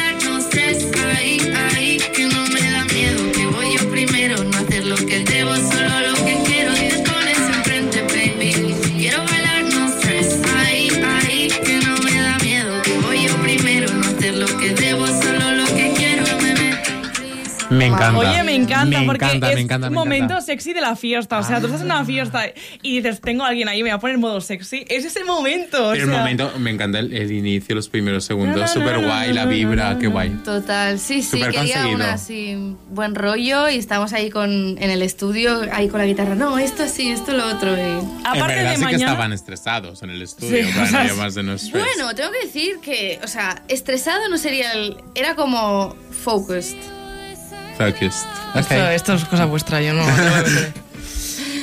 Speaker 3: Me encanta.
Speaker 2: Oye, me encanta
Speaker 3: Me
Speaker 2: porque
Speaker 3: encanta,
Speaker 2: es
Speaker 3: me encanta,
Speaker 2: un
Speaker 3: me encanta.
Speaker 2: momento sexy de la fiesta. O sea, tú estás en una fiesta y dices, tengo a alguien ahí, me voy a poner en modo sexy. Es ese momento. o
Speaker 3: El
Speaker 2: sea.
Speaker 3: momento, me encanta el, el inicio, los primeros
Speaker 2: Na, na,
Speaker 3: segundos, súper guay, la
Speaker 2: na, na,
Speaker 3: vibra,
Speaker 2: na,
Speaker 3: qué
Speaker 2: na.
Speaker 3: guay.
Speaker 5: Total, sí, sí,
Speaker 3: Súper
Speaker 5: quería
Speaker 3: conseguido.
Speaker 5: una así, buen rollo y estamos ahí con, en el estudio, ahí con la guitarra, no, esto sí, esto lo otro. y-
Speaker 2: Aparte
Speaker 3: en verdad
Speaker 2: de
Speaker 3: sí que
Speaker 2: mañana.
Speaker 3: estaban estresados en el estudio
Speaker 2: Sí,
Speaker 3: para
Speaker 2: o sea,
Speaker 3: no llamarse no
Speaker 2: Pues
Speaker 3: stress.
Speaker 5: Bueno, tengo que decir que, o sea, estresado no sería el, era como focused.
Speaker 3: Focused. Ok.
Speaker 2: Esto, esto es cosa vuestra, yo no. no lo veré.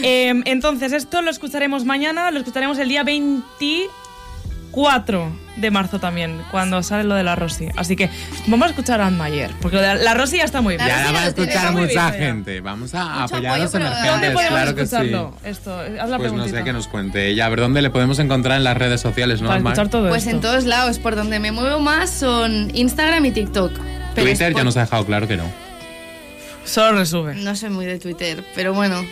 Speaker 2: Em, entonces, esto lo escucharemos mañana, lo escucharemos el día 24 de marzo también, cuando sale lo de la Rosy. Así que vamos a escuchar a Mayer, porque lo de la, la Rosy ya está muy bien.
Speaker 5: La
Speaker 3: Ya la
Speaker 5: Rosy
Speaker 3: va a
Speaker 5: lo tiene
Speaker 3: escuchar
Speaker 5: muy
Speaker 3: mucha
Speaker 2: bien,
Speaker 3: gente. Vamos a
Speaker 5: Mucho
Speaker 3: apoyar a los
Speaker 5: apoyo, pero
Speaker 3: emergentes.
Speaker 2: ¿Dónde podemos
Speaker 3: claro que
Speaker 2: escucharlo?
Speaker 3: sí.
Speaker 2: Esto, haz la
Speaker 3: Pues no
Speaker 2: preguntita.
Speaker 3: sé que nos cuente ella. A ver, ¿dónde le podemos encontrar en las redes sociales, no?
Speaker 2: Para
Speaker 3: Mar?
Speaker 2: escuchar todo
Speaker 5: Pues
Speaker 2: esto.
Speaker 5: en todos lados, por donde me muevo más son Instagram y TikTok. Pero
Speaker 3: Twitter
Speaker 5: es
Speaker 3: ya
Speaker 5: por-
Speaker 3: nos ha dejado claro que no.
Speaker 2: Solo resume.
Speaker 5: No soy muy de Twitter, pero bueno.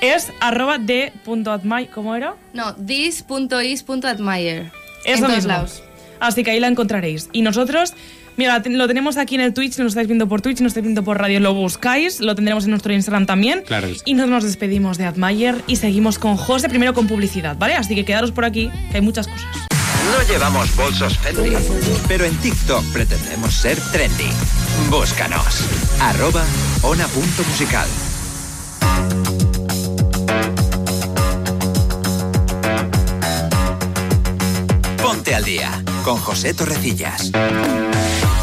Speaker 2: Es arroba de punto atmai- ¿cómo era?
Speaker 5: No, this.is.admire.
Speaker 2: Es
Speaker 5: en
Speaker 2: lo
Speaker 5: todos
Speaker 2: mismo.
Speaker 5: lados.
Speaker 2: Así que ahí la encontraréis. Y nosotros, mira, te- lo tenemos aquí en el Twitch, lo estáis viendo por Twitch, lo estáis viendo por radio, lo buscáis, lo tendremos en nuestro Instagram también.
Speaker 3: Claro que sí.
Speaker 2: Y nos, nos despedimos de Admire y seguimos con José, primero con publicidad, ¿vale? Así que quedaros por aquí, que hay muchas cosas.
Speaker 1: No llevamos bolsos Fendi, pero en TikTok pretendemos ser trendy. Búscanos. Arroba ona.musical. Ponte al día con José Torrecillas.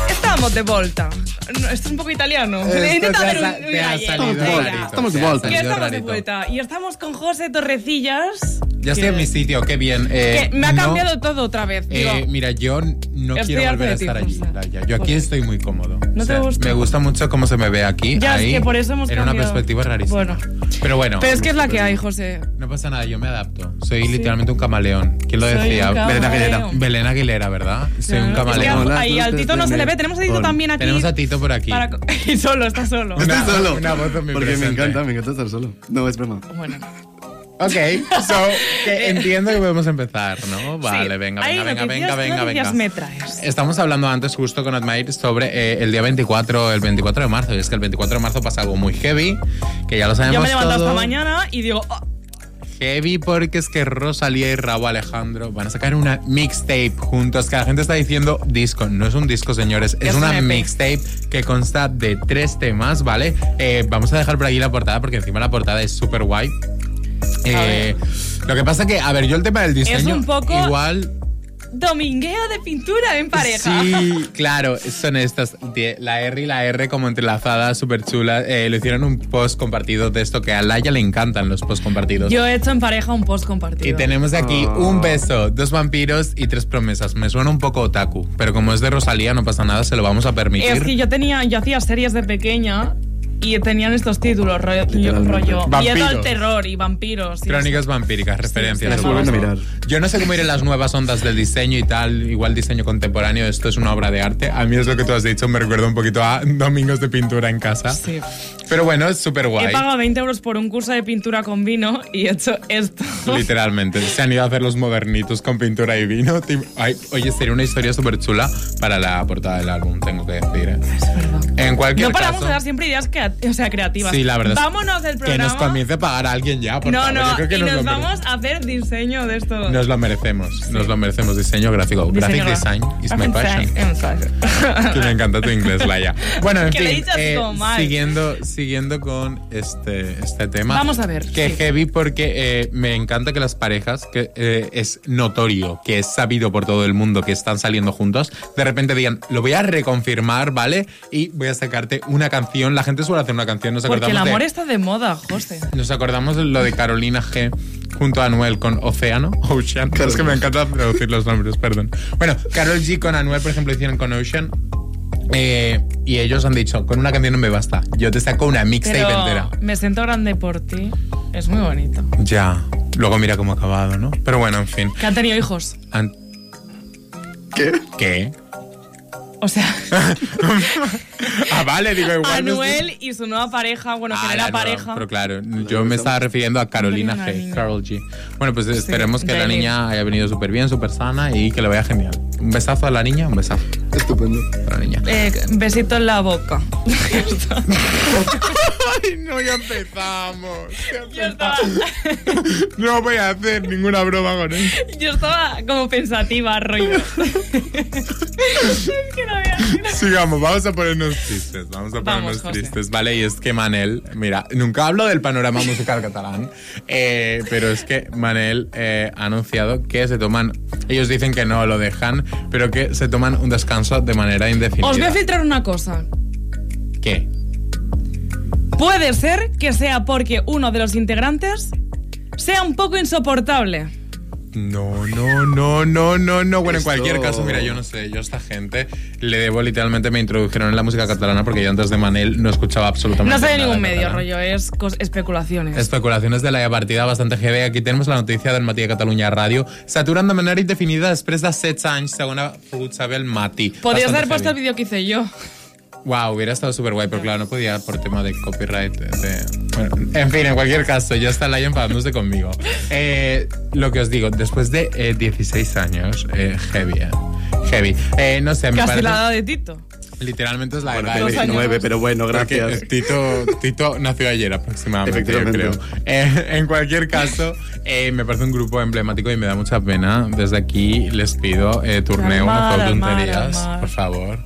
Speaker 2: Estamos de vuelta. No, esto es un poco italiano.
Speaker 3: Esto
Speaker 2: Intenta
Speaker 3: te
Speaker 2: hacer
Speaker 3: ha sa-
Speaker 2: un-
Speaker 3: te ha
Speaker 2: Ay,
Speaker 3: salido
Speaker 2: venga.
Speaker 3: rarito,
Speaker 4: Estamos de
Speaker 3: te ha
Speaker 4: vuelta.
Speaker 2: Que
Speaker 3: salido
Speaker 2: estamos de
Speaker 3: rarito.
Speaker 2: vuelta. Y estamos con José Torrecillas.
Speaker 3: Ya estoy
Speaker 2: que-
Speaker 3: en mi sitio, qué bien. Eh,
Speaker 2: que me ha
Speaker 3: no-
Speaker 2: cambiado todo otra vez. digo.
Speaker 3: Eh, mira, yo no
Speaker 2: Estoy
Speaker 3: quiero
Speaker 2: harta
Speaker 3: volver a
Speaker 2: de ti,
Speaker 3: estar allí.
Speaker 2: José.
Speaker 3: Laia. Yo aquí estoy muy cómodo.
Speaker 2: ¿No te gusta?
Speaker 3: Me gusta mucho cómo se me ve aquí.
Speaker 2: Ya, es
Speaker 3: ahí,
Speaker 2: que por eso hemos
Speaker 3: En una
Speaker 2: cambiado.
Speaker 3: perspectiva rarísima.
Speaker 2: Bueno.
Speaker 3: Pero bueno.
Speaker 2: Pero es que es la que hay, José.
Speaker 3: No pasa nada, yo me adapto. Soy literalmente un camaleón. ¿Quién lo decía?
Speaker 2: Soy un
Speaker 3: Belén Aguilera.
Speaker 2: camaleón.
Speaker 3: Belén Aguilera, ¿verdad? Soy un
Speaker 2: Claro, es que
Speaker 3: camaleón.
Speaker 4: Hola,
Speaker 2: ahí
Speaker 4: tú
Speaker 2: al
Speaker 4: estás
Speaker 2: Tito no se le
Speaker 4: bien.
Speaker 2: ve. Tenemos a Tito
Speaker 4: Hola.
Speaker 2: también aquí.
Speaker 3: Tenemos a Tito por aquí.
Speaker 2: para- y solo, está solo.
Speaker 3: Una-
Speaker 4: Estoy solo.
Speaker 3: una voz
Speaker 4: Porque me
Speaker 3: omnipresente.
Speaker 4: encanta, me encanta estar solo. No, es broma.
Speaker 2: Bueno,
Speaker 3: Ok, so, que entiendo que podemos empezar, ¿no? Vale,
Speaker 2: Sí.
Speaker 3: venga,
Speaker 2: Hay
Speaker 3: venga, venga,
Speaker 2: noticias,
Speaker 3: venga, venga,
Speaker 2: noticias
Speaker 3: venga.
Speaker 2: me traes.
Speaker 3: Estamos hablando antes justo con Admire sobre eh, el día 24, el 24 de marzo. Y es que el 24 de marzo pasa algo muy heavy, que ya lo sabemos
Speaker 2: yo me he levantado
Speaker 3: todo.
Speaker 2: esta mañana y digo, oh,
Speaker 3: Heavy porque es que Rosalía y Rabo Alejandro van a sacar una mixtape juntos, que la gente está diciendo disco. No es un disco, señores, es,
Speaker 2: Es un E
Speaker 3: una
Speaker 2: EP.
Speaker 3: mixtape que consta de tres temas, ¿vale? Eh, vamos a dejar por aquí la portada porque encima la portada es súper guay. Eh, lo que pasa que, a ver, yo el tema del diseño
Speaker 2: un poco
Speaker 3: igual
Speaker 2: domingueo de pintura en pareja.
Speaker 3: Sí, claro, son estas. de- La R y la R como entrelazadas, súper chulas. Eh, le hicieron un post compartido de esto que a Laia le encantan los post compartidos.
Speaker 2: Yo he hecho en pareja un post compartido.
Speaker 3: y tenemos aquí un beso, dos vampiros y tres promesas. Me suena un poco otaku, pero como es de Rosalía, no pasa nada, se lo vamos a permitir.
Speaker 2: es que yo tenía, yo hacía series de pequeña y tenían estos títulos, rollo, yo- rollo miedo al
Speaker 3: Vampiros.
Speaker 2: terror y vampiros. y
Speaker 3: Crónicas vampíricas, referencias.
Speaker 2: sí,
Speaker 3: seguro.
Speaker 4: las vuelven a mirar.
Speaker 3: Yo no sé cómo irán las nuevas ondas del diseño y tal, igual diseño contemporáneo, esto es una obra de arte. A mí es lo que tú has dicho, me recuerda un poquito a Domingos de Pintura en casa.
Speaker 2: eso. Sí.
Speaker 3: Pero bueno, es súper guay.
Speaker 2: He pagado 20 euros por un curso de pintura con vino y he hecho esto.
Speaker 3: Literalmente, se han ido a hacer los modernitos con pintura y vino. Te- ay, oye, sería una historia súper chula para la portada del álbum, tengo que decir. ¿eh? En cualquier
Speaker 2: No paramos
Speaker 3: caso,
Speaker 2: de dar siempre ideas crea- o sea, creativas.
Speaker 3: Sí, la verdad es
Speaker 2: Vámonos del
Speaker 3: que
Speaker 2: programa.
Speaker 3: nos comience a pagar a alguien ya, por
Speaker 2: no,
Speaker 3: favor. Yo
Speaker 2: no,
Speaker 3: creo que
Speaker 2: y
Speaker 3: nos,
Speaker 2: nos
Speaker 3: lo mere-
Speaker 2: vamos a hacer diseño de esto.
Speaker 3: Nos lo merecemos, nos lo merecemos. Diseño gráfico, graphic design is my passion. Que me encanta tu inglés, Laia. Bueno, en
Speaker 2: Que
Speaker 3: fin,
Speaker 2: le he dicho así
Speaker 3: eh,
Speaker 2: como mal.
Speaker 3: siguiendo, siguiendo con este, este tema.
Speaker 2: Vamos a ver,
Speaker 3: Que
Speaker 2: sí.
Speaker 3: heavy porque eh, me encanta que las parejas, que eh, es notorio, que es sabido por todo el mundo que están saliendo juntos, de repente digan, lo voy a reconfirmar, ¿vale? Y voy a sacarte una canción. La gente suele hacer una canción, nos
Speaker 2: Porque
Speaker 3: acordamos
Speaker 2: el amor
Speaker 3: de,
Speaker 2: está de moda, José.
Speaker 3: Nos acordamos de lo de Carolina G junto a Anuel con Oceano. Ocean. Es que me encanta traducir los nombres, perdón. Bueno, Carol G con Anuel, por ejemplo, hicieron con Ocean. eh, y ellos han dicho, con una canción no me basta. Yo te saco una mixtape entera.
Speaker 2: Pero me siento grande por ti. Es muy bonito.
Speaker 3: Ya. Luego mira cómo ha acabado, ¿no? Pero bueno, en fin.
Speaker 2: Que han tenido hijos.
Speaker 3: An-
Speaker 4: ¿Qué?
Speaker 3: ¿Qué?
Speaker 2: O sea,
Speaker 3: ah, vale, digo igual. no es-
Speaker 2: Anuel y su nueva pareja, bueno, que
Speaker 3: Ah,
Speaker 2: no era
Speaker 3: no,
Speaker 2: pareja.
Speaker 3: Pero claro, yo me estaba refiriendo a Carolina
Speaker 2: Carolina,
Speaker 3: G.
Speaker 2: niña.
Speaker 3: Carol G. Bueno, pues esperemos que la
Speaker 2: dale.
Speaker 3: niña haya venido súper bien, súper sana y que le vaya genial. Un besazo a la niña, un besazo
Speaker 4: Estupendo.
Speaker 3: a la niña.
Speaker 2: Eh, besito en la boca. Ya está.
Speaker 3: Ay, no, ya empezamos.
Speaker 2: Yo estaba,
Speaker 3: No voy a hacer ninguna broma con él.
Speaker 2: yo estaba como pensativa, rollo. es que no había...
Speaker 3: Sigamos, vamos a ponernos tristes, vamos a
Speaker 2: Vamos,
Speaker 3: ponernos
Speaker 2: José.
Speaker 3: tristes, ¿vale? Y es que Manel, mira, nunca hablo del panorama musical catalán, eh, pero es que Manel eh, ha anunciado que se toman, ellos dicen que no lo dejan, pero que se toman un descanso de manera indefinida.
Speaker 2: Os voy a filtrar una cosa.
Speaker 3: ¿Qué?
Speaker 2: Puede ser que sea porque uno de los integrantes sea un poco insoportable.
Speaker 3: No, no, no, no, no, no. Bueno,
Speaker 4: Esto-
Speaker 3: en cualquier caso, mira, yo no sé, yo a esta gente le debo literalmente, me introdujeron en la música catalana porque yo antes de Manel no escuchaba absolutamente
Speaker 2: No
Speaker 3: nada.
Speaker 2: sé de ningún
Speaker 3: en
Speaker 2: medio,
Speaker 3: catalán.
Speaker 2: rollo, es cos- especulaciones.
Speaker 3: Especulaciones de la partida bastante heavy. Aquí tenemos la notícia del matí de Catalunya Ràdio. S'aturen de manera indefinida després de 16 anys, segons ha pogut saber el matí.
Speaker 2: Podrías
Speaker 3: Bastante
Speaker 2: haber puesto el
Speaker 3: heavy.
Speaker 2: vídeo que hice yo.
Speaker 3: Wow, hubiera estado súper guay, pero claro, no podía por tema de copyright. eh, de- Bueno, en fin, en cualquier caso, ya está Laia enfadándose conmigo. Eh, lo que os digo, después de eh, 16 años, eh, heavy, eh, heavy. Eh, no sé, me
Speaker 2: Casi
Speaker 3: parece...
Speaker 2: la edad de Tito.
Speaker 3: Literalmente es la
Speaker 4: Bueno,
Speaker 3: edad
Speaker 4: tengo
Speaker 3: de-
Speaker 2: Dos años.
Speaker 4: 19, pero bueno,
Speaker 3: Porque eh,
Speaker 4: gracias.
Speaker 3: Tito, Tito nació ayer aproximadamente, yo creo.
Speaker 4: Efectivamente.
Speaker 3: Eh, en cualquier caso, eh, me parece un grupo emblemático y me da mucha pena. Desde aquí les pido, eh, turneo,
Speaker 2: Al
Speaker 3: no
Speaker 2: mar,
Speaker 3: hago
Speaker 2: al mar,
Speaker 3: tonterías,
Speaker 2: al mar.
Speaker 3: por favor.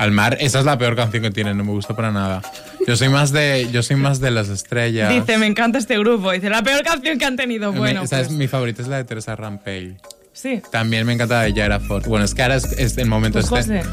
Speaker 3: Al mar, esa es la peor canción que tienen, no me gusta para nada. Yo soy más de, yo soy más de las estrellas. Eh,
Speaker 2: Dice, me encanta este grupo. Dice, la peor canción que han tenido.
Speaker 3: Me-
Speaker 2: Bueno,
Speaker 3: ¿sabes?
Speaker 2: pues,
Speaker 3: Mi favorita es la de Teresa Rampey.
Speaker 2: sí.
Speaker 3: También me encanta de Yara Ford. Bueno, es que ahora es, es el momento
Speaker 2: Pues
Speaker 3: este.
Speaker 2: José,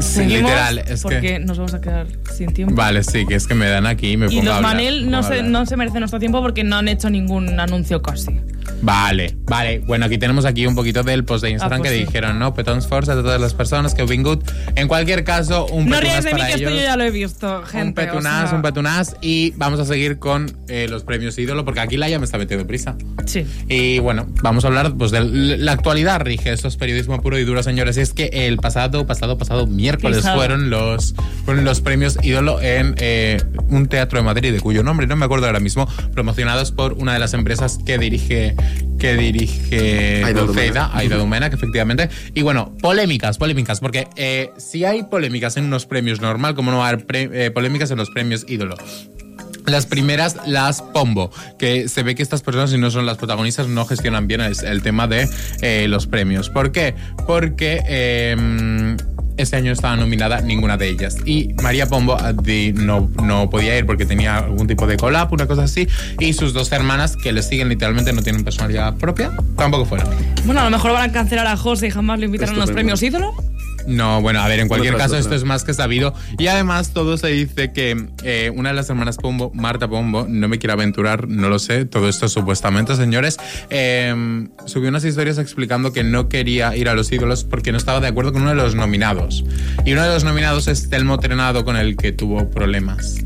Speaker 3: Sí,
Speaker 2: seguimos
Speaker 3: literal, es
Speaker 2: porque
Speaker 3: que.
Speaker 2: nos vamos a quedar sin tiempo.
Speaker 3: Vale, sí, que es que me dan aquí y me
Speaker 2: Y
Speaker 3: pongo a
Speaker 2: los
Speaker 3: hablar, me
Speaker 2: Manel no
Speaker 3: pongo a
Speaker 2: se,
Speaker 3: hablar.
Speaker 2: no se merecen nuestro tiempo porque no han hecho ningún anuncio casi.
Speaker 3: Vale, vale. Bueno, aquí tenemos aquí un poquito del post de Instagram
Speaker 2: Ah, pues
Speaker 3: que
Speaker 2: sí.
Speaker 3: dijeron, ¿no? Petons Force a todas las personas que ho vingut. En cualquier caso, un
Speaker 2: No
Speaker 3: petunás
Speaker 2: rías de mí,
Speaker 3: para
Speaker 2: que esto yo
Speaker 3: ellos.
Speaker 2: ya lo he visto, gente.
Speaker 3: un
Speaker 2: o
Speaker 3: petunás,
Speaker 2: sea,
Speaker 3: un petunás. Y vamos a seguir con eh, los premios ídolo, porque aquí Laia me está metiendo prisa.
Speaker 2: Sí.
Speaker 3: Y bueno, vamos a hablar pues de la actualidad, rige, eso es periodismo puro y duro, señores. Y es que el pasado, pasado, pasado miércoles
Speaker 2: Pisado.
Speaker 3: fueron los fueron los premios ídolo en eh, un teatro de Madrid, de cuyo nombre no me acuerdo ahora mismo, promocionados por una de las empresas que dirige que dirige
Speaker 4: Aida
Speaker 3: Dulceida,
Speaker 4: Domènech.
Speaker 3: Aida Domènech, efectivamente. Y bueno, polémicas, polémicas, porque eh, si hay polémicas en unos premios normal, ¿cómo no va a haber pre- eh, polémicas en los premios ídolo? Las primeras, las Pombo, que se ve que estas personas, si no son las protagonistas, no gestionan bien el, el tema de eh, los premios. ¿Por qué? Porque eh, este año estaba nominada ninguna de ellas. Y María Pombo ah, di- no, no podía ir porque tenía algún tipo de collab, una cosa así. Y sus dos hermanas, que le siguen literalmente, no tienen personalidad propia, tampoco fueron.
Speaker 2: Bueno, a lo mejor van a cancelar a José y jamás lo invitarán a los
Speaker 4: Estupendo.
Speaker 2: premios ídolo.
Speaker 3: No, bueno, a ver, en cualquier
Speaker 4: tras
Speaker 3: caso,
Speaker 4: otra.
Speaker 3: esto es más que sabido. Y además, todo se dice que eh, una de las hermanas Pombo, Marta Pombo, no me quiero aventurar, no lo sé, todo esto supuestamente, señores, eh, subió unas historias explicando que no quería ir a los ídolos porque no estaba de acuerdo con uno de los nominados. Y uno de los nominados es Telmo Trenado, con el que tuvo problemas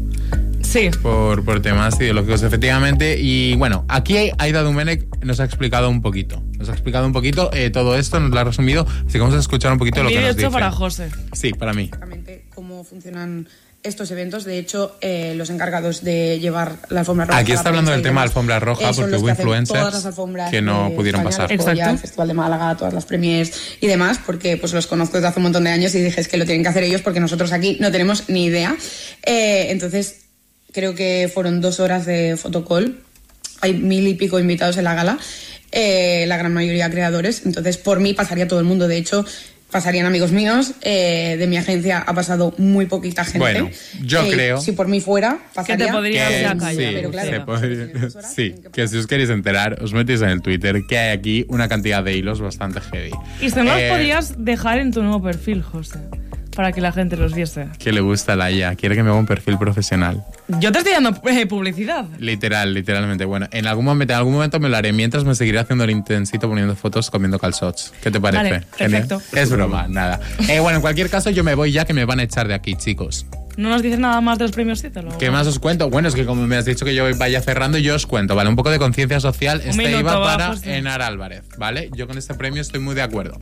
Speaker 2: Sí.
Speaker 3: por, por temas ideológicos, efectivamente. Y bueno, aquí Aida Dumenec nos ha explicado un poquito. Nos ha explicado un poquito eh, todo esto, nos lo ha resumido. Así que vamos a escuchar un poquito lo que
Speaker 2: Vídeo
Speaker 3: nos
Speaker 2: hecho
Speaker 3: dice.
Speaker 2: para José.
Speaker 3: Sí, para mí.
Speaker 7: exactamente cómo funcionan estos eventos. De hecho, eh, los encargados de llevar la alfombra roja.
Speaker 3: Aquí está
Speaker 7: la
Speaker 3: hablando del
Speaker 7: prensa y
Speaker 3: tema
Speaker 7: demás,
Speaker 3: alfombra roja,
Speaker 7: eh, son
Speaker 3: porque
Speaker 7: los
Speaker 3: hubo
Speaker 7: que hacen
Speaker 3: influencers
Speaker 7: todas las alfombras
Speaker 3: que no
Speaker 7: de
Speaker 3: pudieron
Speaker 7: España,
Speaker 3: pasar.
Speaker 7: la Goya,
Speaker 2: Exacto.
Speaker 7: El Festival de Málaga, todas las premiers y demás, porque pues los conozco desde hace un montón de años y dije es que lo tienen que hacer ellos porque nosotros aquí no tenemos ni idea. Eh, entonces, creo que fueron dos horas de fotocall hay mil y pico invitados en la gala, eh, la gran mayoría creadores, entonces por mí pasaría todo el mundo, de hecho pasarían amigos míos, eh, de mi agencia ha pasado muy poquita gente.
Speaker 3: Bueno, yo
Speaker 7: que
Speaker 3: creo-
Speaker 7: Si por mí fuera, pasaría...
Speaker 2: podría
Speaker 3: que
Speaker 2: ir a la
Speaker 7: sí,
Speaker 2: calle,
Speaker 7: pero claro,
Speaker 3: se
Speaker 2: sí.
Speaker 3: podría-
Speaker 7: dos horas,
Speaker 3: sí,
Speaker 7: tienen que
Speaker 3: que si os queréis enterar, os metéis en el Twitter, que hay aquí una cantidad de hilos bastante heavy.
Speaker 2: Y si no
Speaker 3: Eh,
Speaker 2: los podías dejar en tu nuevo perfil, José, para que la gente los viese.
Speaker 3: Que le gusta a Laia, quiere que me haga un perfil profesional.
Speaker 2: Yo te estoy dando eh, publicidad.
Speaker 3: Literal, literalmente. Bueno, en algún momento, en algún momento me lo haré mientras me seguiré haciendo el intensito poniendo fotos comiendo calzots. ¿Qué te parece?
Speaker 2: Vale,
Speaker 3: Genial.
Speaker 2: perfecto.
Speaker 3: Es broma, nada. Eh, bueno, en cualquier caso, yo me voy ya que me van a echar de aquí, chicos.
Speaker 2: No nos dices nada más de los premios ídolo.
Speaker 3: ¿Qué más os cuento? Bueno, es que como me has dicho que yo vaya cerrando, yo os cuento, ¿vale? Un poco de conciencia social. este
Speaker 2: minuto
Speaker 3: iba
Speaker 2: va,
Speaker 3: para
Speaker 2: José.
Speaker 3: Enar Álvarez, ¿vale? Yo con este premio estoy muy de acuerdo.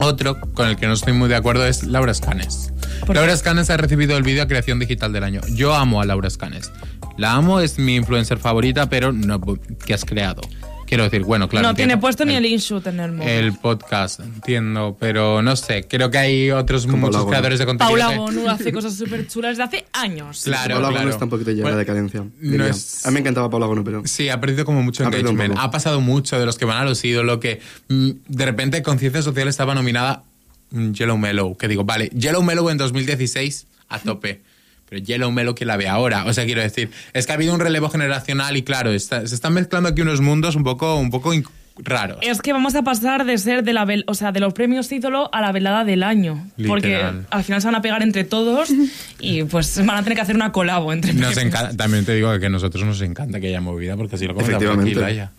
Speaker 3: Otro con el que no estoy muy de acuerdo es Laura Scanes. Laura Scanes ha recibido el vídeo a creación digital del año. Yo amo a Laura Scanes. La amo, es mi influencer favorita, pero no que has creado. Quiero decir, bueno, claro.
Speaker 2: no tiene
Speaker 3: entiendo.
Speaker 2: puesto ni
Speaker 3: El-
Speaker 2: el inshoot en el móvil.
Speaker 3: el podcast, entiendo, pero no sé, creo que hay otros muchos
Speaker 4: Bono.
Speaker 3: creadores de contenido.
Speaker 2: Paula
Speaker 3: que-
Speaker 2: Bonu hace cosas súper chulas de hace años.
Speaker 3: Claro,
Speaker 4: Paula
Speaker 3: claro.
Speaker 4: Bono está un poquito ya en
Speaker 3: Bueno,
Speaker 4: la decadencia. diría.
Speaker 3: es-
Speaker 4: A mí me encantaba Paula Bono, pero.
Speaker 3: Sí, ha perdido como mucho
Speaker 4: Ha perdido un
Speaker 3: engagement.
Speaker 4: poco.
Speaker 3: Ha pasado mucho de los que van a los ídolos, que mm, de repente con ciencias sociales estaba nominada mm, Yellow Mellow, que digo, vale, Yellow Mellow en 2016 a tope. Pero Yellow Mellow que la ve ahora. O sea, quiero decir, es que ha habido un relevo generacional y claro, está- se están mezclando aquí unos mundos un poco, un poco inc- raros.
Speaker 2: Es que vamos a pasar de ser de la vel- o sea, de los premios ídolo a la velada del año.
Speaker 3: Literal.
Speaker 2: Porque al final se van a pegar entre todos y pues van a tener que hacer una colabo entre
Speaker 3: Nos
Speaker 2: premios.
Speaker 3: encanta- también te digo que a nosotros nos encanta que haya movida, porque así lo comentamos aquí,
Speaker 4: Efectivamente.
Speaker 3: vaya.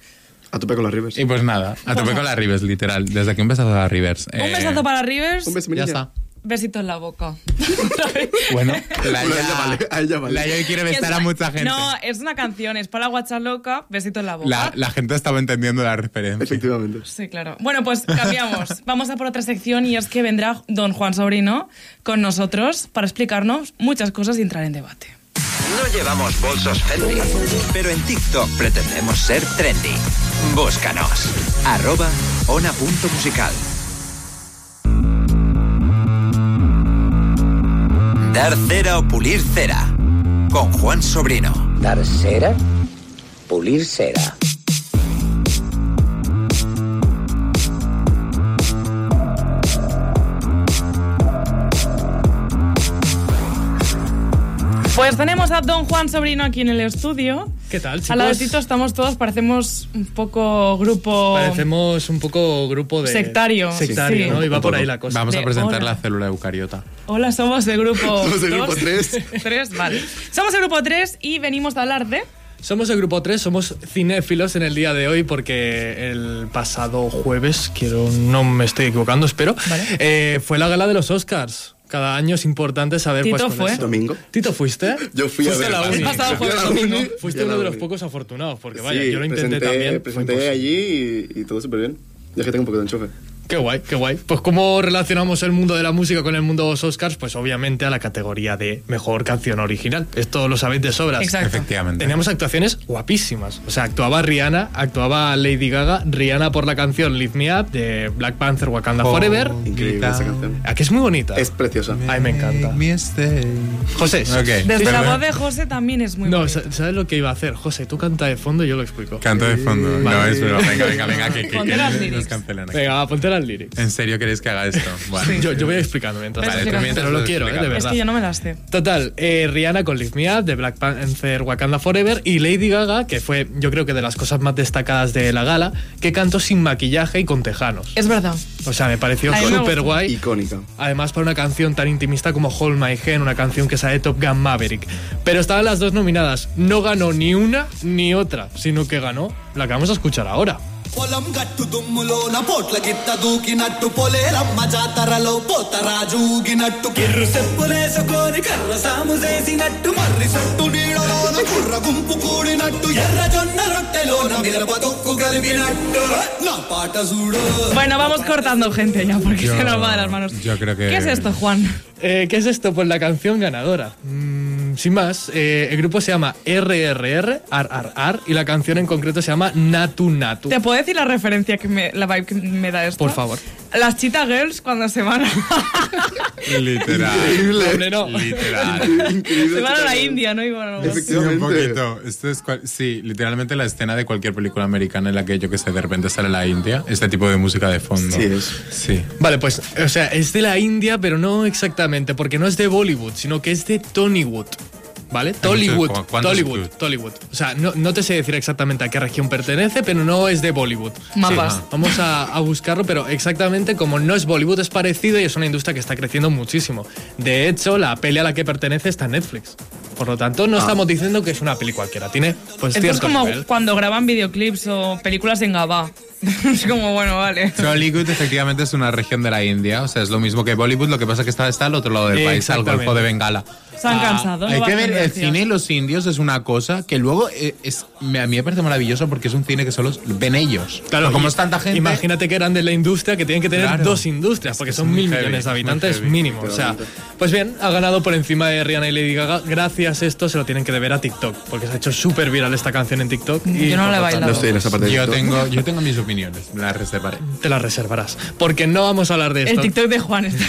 Speaker 4: A tope con las Rivers.
Speaker 3: Y pues nada, a tope con la Rivers, literal. Desde aquí un besazo a la Rivers. eh,
Speaker 2: Un besazo para Rivers,
Speaker 4: Un beso, mi
Speaker 3: pues, Ya
Speaker 4: niña.
Speaker 3: está.
Speaker 2: besito en la boca.
Speaker 3: Bueno, la
Speaker 4: Bueno, a ella vale, a ella vale.
Speaker 3: la Yaya quiere
Speaker 2: Que es
Speaker 3: besar a
Speaker 2: una-
Speaker 3: mucha gente.
Speaker 2: No, es una canción, es para la guachaloca, besito en la boca.
Speaker 3: la, la gente estaba entendiendo la referencia.
Speaker 4: Efectivamente.
Speaker 2: Sí, claro. Bueno, pues cambiamos. Vamos a por otra sección y es que vendrá don Juan Sobrino con nosotros para explicarnos muchas cosas y entrar en debate.
Speaker 1: No llevamos bolsos Fendi, pero en TikTok pretendemos ser trendy. Búscanos. Arroba ona.musical. Dar cera o pulir cera. Con Juan Sobrino.
Speaker 8: Dar cera, pulir cera.
Speaker 2: Pues tenemos a don Juan Sobrino aquí en el estudio.
Speaker 9: ¿Qué tal, chicos?
Speaker 2: Al ladito estamos todos, parecemos un poco grupo...
Speaker 9: Parecemos un poco grupo de...
Speaker 2: Sectario.
Speaker 9: Sectario,
Speaker 2: Sí.
Speaker 9: ¿no? Y va
Speaker 4: Un
Speaker 9: por ahí
Speaker 4: poco.
Speaker 9: la cosa.
Speaker 3: Vamos a
Speaker 2: De
Speaker 3: presentar
Speaker 2: hola.
Speaker 3: la célula eucariota.
Speaker 2: Hola, somos el grupo...
Speaker 4: Somos el grupo
Speaker 2: dos.
Speaker 4: tres.
Speaker 2: Tres, vale. Somos el grupo 3 y venimos a hablar de...
Speaker 9: Somos el grupo 3, somos cinéfilos en el día de hoy porque el pasado jueves, quiero no me estoy equivocando, espero,
Speaker 2: Vale.
Speaker 9: eh, fue la gala de los Oscars. Cada año es importante saber
Speaker 2: Tito
Speaker 9: pues, cuál
Speaker 2: fue.
Speaker 9: es.
Speaker 4: Domingo.
Speaker 9: Tito fuiste.
Speaker 4: Yo fui
Speaker 9: Fuiste
Speaker 4: a ver.
Speaker 9: la
Speaker 4: vale.
Speaker 9: uni.
Speaker 2: El pasado
Speaker 4: Yo fui a la
Speaker 2: jueves,
Speaker 4: uni.
Speaker 2: domingo.
Speaker 9: Fuiste
Speaker 4: Yo la
Speaker 9: uno de los
Speaker 4: uni.
Speaker 9: pocos afortunados, porque vaya,
Speaker 4: Sí,
Speaker 9: yo lo intenté
Speaker 4: presenté-
Speaker 9: también. fue
Speaker 4: Presenté
Speaker 9: imposible.
Speaker 4: allí y, y todo súper bien. Ya que tengo un poco de enchufe.
Speaker 9: Qué guay, qué guay. Pues cómo relacionamos el mundo de la música con el mundo de los Oscars, pues obviamente a la categoría de mejor canción original. Esto lo sabéis de sobras.
Speaker 2: Exacto.
Speaker 3: Efectivamente.
Speaker 9: Teníamos actuaciones guapísimas. O sea, actuaba Rihanna, actuaba Lady Gaga, Rihanna por la canción Leave Me Up de Black Panther Wakanda
Speaker 3: Oh.
Speaker 9: Forever.
Speaker 4: Increíble
Speaker 3: Grita.
Speaker 4: esa canción.
Speaker 9: Aquí es muy bonita.
Speaker 4: Es preciosa.
Speaker 9: Ay, me encanta.
Speaker 3: Mi este-
Speaker 9: José.
Speaker 3: Ok.
Speaker 2: Desde
Speaker 3: Pero-
Speaker 2: la voz de José también es muy
Speaker 9: No,
Speaker 2: bonito.
Speaker 9: sa- ¿sabes lo que iba a hacer? José, tú canta de fondo y yo lo explico.
Speaker 3: Canto de fondo. No,
Speaker 9: Vale.
Speaker 3: es broma. Venga, venga, venga. Que, que-
Speaker 2: Ponte
Speaker 3: que
Speaker 2: las
Speaker 3: nos
Speaker 2: lyrics.
Speaker 3: cancelan aquí.
Speaker 9: Venga, va, ponte las lyrics.
Speaker 3: ¿En serio queréis que haga esto? Bueno.
Speaker 9: Yo, yo voy explicando mientras.
Speaker 2: Vale, tú mientras
Speaker 9: pero lo
Speaker 3: lo
Speaker 9: quiero, eh, de
Speaker 3: explicas.
Speaker 9: verdad.
Speaker 2: es que yo no me las sé.
Speaker 9: Total, eh, Rihanna con Live Me Up de Black Panther Wakanda Forever y Lady Gaga, que fue yo creo que de las cosas más destacadas de la gala, que cantó sin maquillaje y con tejanos.
Speaker 2: Es verdad.
Speaker 9: O sea, me pareció
Speaker 2: A mí me
Speaker 9: súper
Speaker 2: gustó.
Speaker 9: guay.
Speaker 4: Icónica.
Speaker 9: Además, para una canción tan intimista como Hold My Hand, una canción que sale de Top Gun Maverick. Pero estaban las dos nominadas. No ganó ni una ni otra, sino que ganó la que vamos a escuchar ahora.
Speaker 10: పొలం గట్టు దుమ్ములోన పోట్ల గిత్త దూకినట్టు పొలేరమ్మ జాతరలో పోతరాజు ఊగినట్టు కిర్రు చెప్పులేసుకొని కర్ర సాము చేసినట్టు మర్రి సట్టు నీడలోన కుర్ర గుంపు కూడినట్టు ఎర్ర జొన్న రొట్టెలోన మిరప దొక్కు కలిపినట్టు నా పాట చూడు
Speaker 2: Bueno, vamos cortando gente ya porque
Speaker 3: Yo-
Speaker 2: se nos va de las manos.
Speaker 3: yo creo que-
Speaker 2: ¿Qué es esto, Juan?
Speaker 9: Eh, ¿Qué es esto? Pues la canción ganadora. Mm, sin más, eh, el grupo se llama RRR, RRR, y la canción en concreto se llama Natu Natu.
Speaker 2: ¿Te puedo decir la referencia que me, la vibe que me da esto?
Speaker 9: Por favor.
Speaker 2: Las Cheetah Girls cuando se van a,
Speaker 3: Literal.
Speaker 9: Hombre,
Speaker 4: Increíble.
Speaker 9: no.
Speaker 3: Literal.
Speaker 4: Increíble.
Speaker 2: se van a la
Speaker 4: totalmente.
Speaker 2: India, ¿no? Y van a-
Speaker 3: Sí, un
Speaker 4: Efectivamente.
Speaker 3: poquito. Esto es cual- sí, literalmente la escena de cualquier película americana en la que yo que sé, de repente sale la India, este tipo de música de fondo.
Speaker 4: Sí, es.
Speaker 3: Sí.
Speaker 9: Vale, pues, o sea, es de la India, pero no exactamente, porque no es de Bollywood, sino que es de Tollywood. ¿Vale? Tollywood.
Speaker 3: ¿cu- cuántos
Speaker 9: Tollywood.
Speaker 3: tú?
Speaker 9: Tollywood. O sea, no, no te sé decir exactamente a qué región pertenece, pero no es de Bollywood.
Speaker 2: Mapas.
Speaker 9: Sí, vamos a, a buscarlo, pero exactamente como no es Bollywood, es parecido y es una industria que está creciendo muchísimo. De hecho, la peli a la que pertenece está en Netflix. Por lo tanto, no estamos diciendo que es una peli cualquiera. Tiene, pues,
Speaker 2: Esto es
Speaker 9: cierto
Speaker 2: como
Speaker 9: nivel.
Speaker 2: cuando graban videoclips o películas en Gabá. es como, bueno, vale.
Speaker 3: Tollywood efectivamente es una región de la India, o sea, es lo mismo que Bollywood, lo que pasa es que está, está al otro lado del país, al
Speaker 9: Exactamente.
Speaker 3: Golfo de Bengala.
Speaker 2: Se han cansado.
Speaker 3: Hay
Speaker 2: no
Speaker 3: que
Speaker 2: van
Speaker 3: ver, el
Speaker 2: tendencias.
Speaker 3: cine y los indios es una cosa que luego eh, es, me- a mí me parece maravilloso porque es un cine que solo ven ellos. Claro, como es tanta gente.
Speaker 9: Imagínate que eran de la industria, que tienen que tener
Speaker 3: Claro.
Speaker 9: dos industrias, porque
Speaker 3: Es
Speaker 9: son
Speaker 3: muy
Speaker 9: mil
Speaker 3: heavy,
Speaker 9: millones de
Speaker 3: es muy
Speaker 9: habitantes
Speaker 3: heavy.
Speaker 9: mínimo. O sea, pues bien, ha ganado por encima de Rihanna y Lady Gaga. Gracias a esto se lo tienen que deber a TikTok, porque se ha hecho súper viral esta canción en TikTok. y
Speaker 3: Mm, Yo no
Speaker 9: por
Speaker 3: la he
Speaker 9: lo tanto-
Speaker 3: bailado. No estoy en esa parte de Yo TikTok. tengo- yo tengo mis opiniones, me las reservaré.
Speaker 9: Te las reservarás, porque no vamos a hablar de
Speaker 2: El
Speaker 9: esto.
Speaker 2: TikTok de Juan está.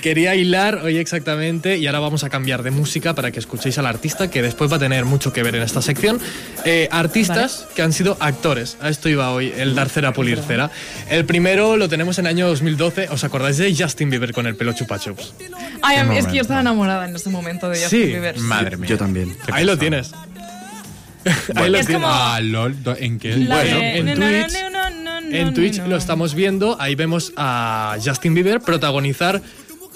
Speaker 9: Quería hilar hoy exactamente y ahora vamos a cambiar de música para que escuchéis al artista que después va a tener mucho que ver en esta sección. Eh, artistas que han sido actores. A esto iba hoy el dar cera pulir cera. El primero lo tenemos en el año 2012. ¿Os acordáis de Justin Bieber con el pelo chupa chups?
Speaker 2: Ay,
Speaker 9: Qué
Speaker 2: es que
Speaker 9: momento.
Speaker 2: yo estaba enamorada en ese momento de Justin Bieber.
Speaker 3: mía. Yo también.
Speaker 9: Ahí lo tienes. Ahí lo
Speaker 3: es
Speaker 9: tienes.
Speaker 3: como- Ah, lol, do- ¿en qué?
Speaker 9: La Bueno, de- en
Speaker 2: No, no, no,
Speaker 9: Twitch-
Speaker 2: no, no, no,
Speaker 9: En
Speaker 2: no,
Speaker 9: Twitch
Speaker 2: no.
Speaker 9: lo estamos viendo, ahí vemos a Justin Bieber protagonizar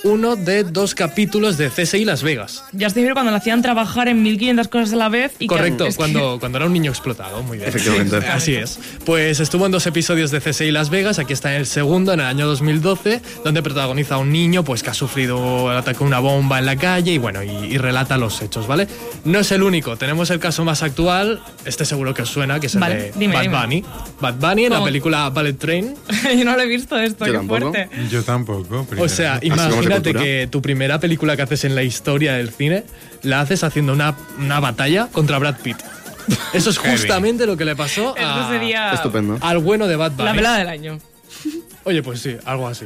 Speaker 9: uno de dos capítulos de CSI Las Vegas.
Speaker 2: Justin Bieber cuando le hacían trabajar en 1500 cosas a la vez. Y que-
Speaker 9: Correcto,
Speaker 2: es que-
Speaker 9: cuando, cuando era un niño explotado, muy bien.
Speaker 4: Efectivamente.
Speaker 9: Sí, así es. Pues estuvo en dos episodios de CSI Las Vegas, aquí está en el segundo, en el año 2012, donde protagoniza a un niño pues, que ha sufrido el ataque de una bomba en la calle y bueno, y, y relata los hechos, ¿vale? No es el único, tenemos el caso más actual, este seguro que os suena, que es el
Speaker 2: Vale,
Speaker 9: de
Speaker 2: dime,
Speaker 9: Bad
Speaker 2: dime.
Speaker 9: Bunny. Bad Bunny en la
Speaker 2: ¿Cómo?
Speaker 9: película Ballet Train.
Speaker 2: yo no lo he visto esto, qué fuerte.
Speaker 3: Yo tampoco.
Speaker 9: O sea, imagínate que tu primera película que haces en la historia del cine la haces haciendo una, una batalla contra Brad Pitt. Eso es
Speaker 3: Heavy.
Speaker 9: justamente lo que le pasó a-
Speaker 2: Eso sería
Speaker 3: Estupendo.
Speaker 9: al bueno de Bad Bunny.
Speaker 2: la velada del año.
Speaker 9: Oye, pues sí, algo así.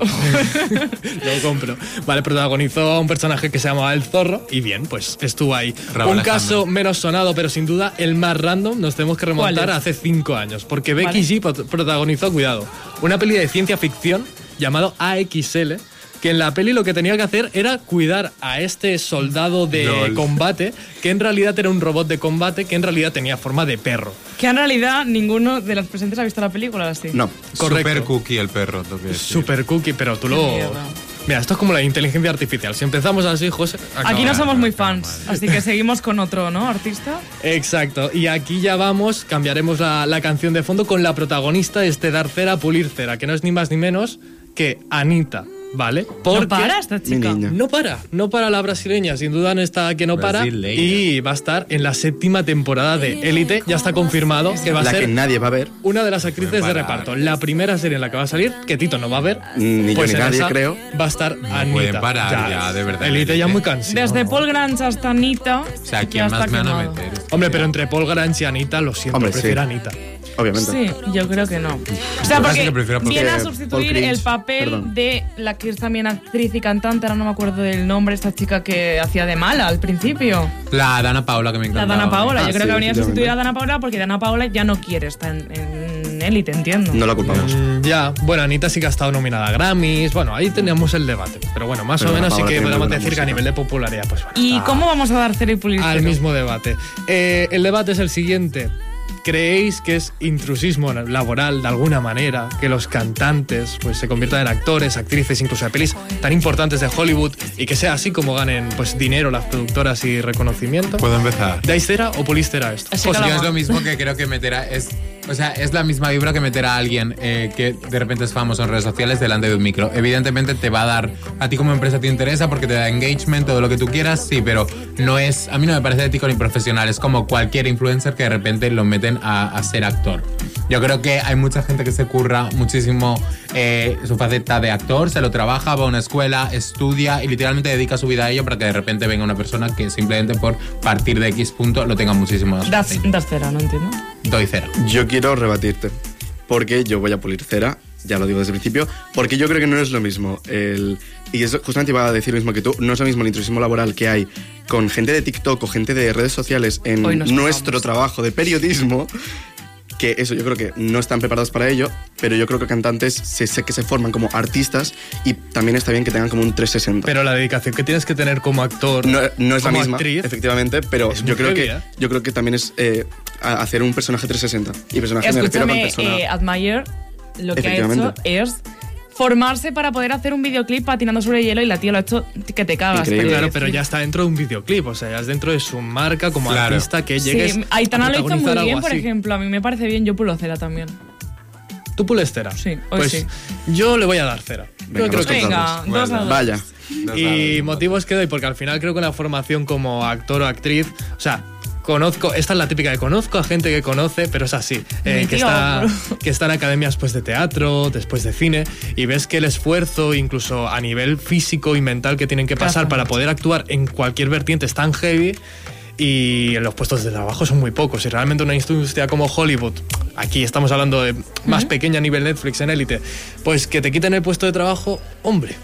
Speaker 9: lo compro. Vale, protagonizó a un personaje que se llamaba El Zorro y bien, pues estuvo ahí.
Speaker 3: Raúl
Speaker 9: un
Speaker 3: Alejandro.
Speaker 9: caso menos sonado, pero sin duda el más random, nos tenemos que remontar
Speaker 3: ¿Cuál
Speaker 9: a
Speaker 3: es?
Speaker 9: hace cinco años, porque Becky
Speaker 3: Vale.
Speaker 9: G prot- protagonizó, cuidado, una peli de ciencia ficción llamado AXL, que en la peli lo que tenía que hacer era cuidar a este soldado de
Speaker 3: Lol.
Speaker 9: combate, que en realidad era un robot de combate, que en realidad tenía forma de perro.
Speaker 2: Que en realidad ninguno de los presentes ha visto la película, así.
Speaker 9: correcto.
Speaker 3: Super cookie el perro. tengo que
Speaker 2: Este,
Speaker 3: decir.
Speaker 9: Super cookie, pero tú lo...
Speaker 2: mierda.
Speaker 9: Mira, esto es como la inteligencia artificial. Si empezamos así, José...
Speaker 2: Aquí no
Speaker 9: acabamos.
Speaker 2: somos muy fans, así que seguimos con otro, ¿no? Artista.
Speaker 9: Exacto, y aquí ya vamos, cambiaremos la, la canción de fondo con la protagonista de este Dar Cera Pulir Cera, que no es ni más ni menos que Anita, ¿vale? Porque
Speaker 2: para esta chica. Mi niña.
Speaker 9: No para, no para la brasileña, sin duda no está que no para.
Speaker 2: Brasileña.
Speaker 9: Y va a estar en la séptima temporada de Élite, ya está confirmado que va a
Speaker 4: La
Speaker 9: ser
Speaker 4: que nadie va a ver.
Speaker 9: una de las actrices de reparto. La primera serie en la que va a salir, que Tito no va a ver,
Speaker 4: Ni yo
Speaker 9: pues
Speaker 4: ni
Speaker 9: en
Speaker 4: nadie,
Speaker 9: esa
Speaker 4: creo.
Speaker 9: Va a estar Anita.
Speaker 3: pueden parar ya, de verdad,
Speaker 9: Élite ya muy cansado.
Speaker 2: Desde Paul Grange hasta Anita. O
Speaker 3: sea,
Speaker 9: ¿quién más me van a Hombre, pero entre Paul Grange y Anita, lo siento,
Speaker 4: Hombre, sí.
Speaker 9: prefiero a Anita.
Speaker 4: Obviamente.
Speaker 2: Sí, yo creo que no. O sea,
Speaker 4: Yo
Speaker 2: porque
Speaker 4: casi que prefiero a Paul-
Speaker 2: viene a
Speaker 4: que Paul
Speaker 2: sustituir
Speaker 4: Cringe.
Speaker 2: el papel
Speaker 4: Perdón.
Speaker 2: de la que es también actriz y cantante, ahora no me acuerdo del nombre, esta chica que hacía de mala al principio.
Speaker 3: La Dana Paola que me Ah,
Speaker 2: La
Speaker 3: encanta.
Speaker 2: Dana
Speaker 4: Ah,
Speaker 2: Paola, yo creo que venía a sustituir a Dana Paola porque Dana Paola ya no quiere estar en- en élite, entiendo.
Speaker 4: la culpamos.
Speaker 9: Mm, ya, bueno, Anita sí que ha estado nominada a Grammys. Bueno, ahí teníamos el debate. Pero bueno, más
Speaker 4: Pero
Speaker 9: o menos sí
Speaker 4: Paola
Speaker 9: que
Speaker 4: tiene muy
Speaker 9: podemos
Speaker 4: buena
Speaker 9: decir que a nivel de popularidad, pues bueno.
Speaker 4: Ah.
Speaker 2: ¿Y cómo vamos a dar cero y pulir
Speaker 9: Al
Speaker 2: cero?
Speaker 9: mismo debate. Eh, el debate es el siguiente. ¿Creéis que es intrusismo laboral de alguna manera que los cantantes pues, se conviertan en actores, actrices, incluso de pelis tan importantes de Hollywood y que sea así como ganen pues, dinero las productoras y reconocimiento?
Speaker 3: Puedo empezar.
Speaker 9: ¿Dais cera o polís cera a esto?
Speaker 3: Pues yo es lo mismo que creo que meter a. Es, o sea, es la misma vibra que meter a alguien eh, que de repente es famoso en redes sociales delante de un micro. Evidentemente te va a dar. A ti como empresa te interesa porque te da engagement, todo lo que tú quieras, sí, pero no es. A mí no me parece ético ni profesional. Es como cualquier influencer que de repente lo meten a, a ser actor. Yo creo que hay mucha gente que se curra muchísimo eh, su faceta de actor, se lo trabaja, va a una escuela, estudia y literalmente dedica su vida a ello para que de repente venga una persona que simplemente por partir de X punto lo tenga muchísimo más
Speaker 2: Das, das cera, no entiendo.
Speaker 3: Doy cera.
Speaker 4: Yo quiero rebatirte. Porque yo voy a pulir cera, ya lo digo desde el principio, porque yo creo que no es lo mismo. El, y es justamente iba a decir lo mismo que tú, no es lo mismo el intrusismo laboral que hay con gente de TikTok o gente de redes sociales en
Speaker 2: Hoy nos
Speaker 4: nuestro trabajo de periodismo. Que eso yo creo que no están preparados para ello, pero yo creo que cantantes se, se- que se forman como artistas y también está bien que tengan como un 360.
Speaker 9: Pero la dedicación que tienes que tener como actor.
Speaker 4: No, no es la
Speaker 9: como
Speaker 4: misma,
Speaker 9: actriz,
Speaker 4: efectivamente, pero yo creo,
Speaker 9: heavy,
Speaker 4: que,
Speaker 9: ¿eh?
Speaker 4: yo creo que también es eh, a- hacer un personaje 360. Y personaje me refiero a
Speaker 2: Escúchame,
Speaker 4: persona.
Speaker 2: eh, Admire, lo que ha hecho
Speaker 4: Efectivamente.
Speaker 2: es formarse para poder hacer un videoclip patinando sobre hielo y la tía lo ha hecho que te cagas. Pues te
Speaker 9: Claro,
Speaker 2: quiero
Speaker 9: pero
Speaker 2: decir.
Speaker 9: ya está dentro de un videoclip, o sea, ya es dentro de su marca como
Speaker 3: Claro.
Speaker 9: artista que llegues.
Speaker 2: Sí, Aitana
Speaker 9: a
Speaker 2: lo hizo muy
Speaker 9: protagonizar
Speaker 2: bien,
Speaker 9: algo
Speaker 2: por
Speaker 9: así.
Speaker 2: ejemplo. A mí me parece bien, yo pulo cera también.
Speaker 9: ¿Tú pules cera?
Speaker 2: Sí, hoy
Speaker 9: pues
Speaker 2: sí.
Speaker 9: yo le voy a dar cera.
Speaker 2: Venga,
Speaker 9: yo creo
Speaker 2: dos
Speaker 9: que
Speaker 2: contados. Venga, dos a dos.
Speaker 4: Vaya.
Speaker 9: Y motivos que doy, porque al final creo que la formación como actor o actriz, o sea, conozco, esta es la típica de conozco a gente que conoce, pero es así, eh,
Speaker 2: Mi
Speaker 9: que,
Speaker 2: tío,
Speaker 9: está,
Speaker 2: bro.
Speaker 9: que está en academias pues, de teatro, después de cine, y ves que el esfuerzo, incluso a nivel físico y mental que tienen que pasar para poder actuar en cualquier vertiente es tan heavy. Y los puestos de trabajo son muy pocos. Y realmente una industria como Hollywood, aquí estamos hablando de más pequeña a nivel Netflix en élite, pues que te quiten el puesto de trabajo, hombre,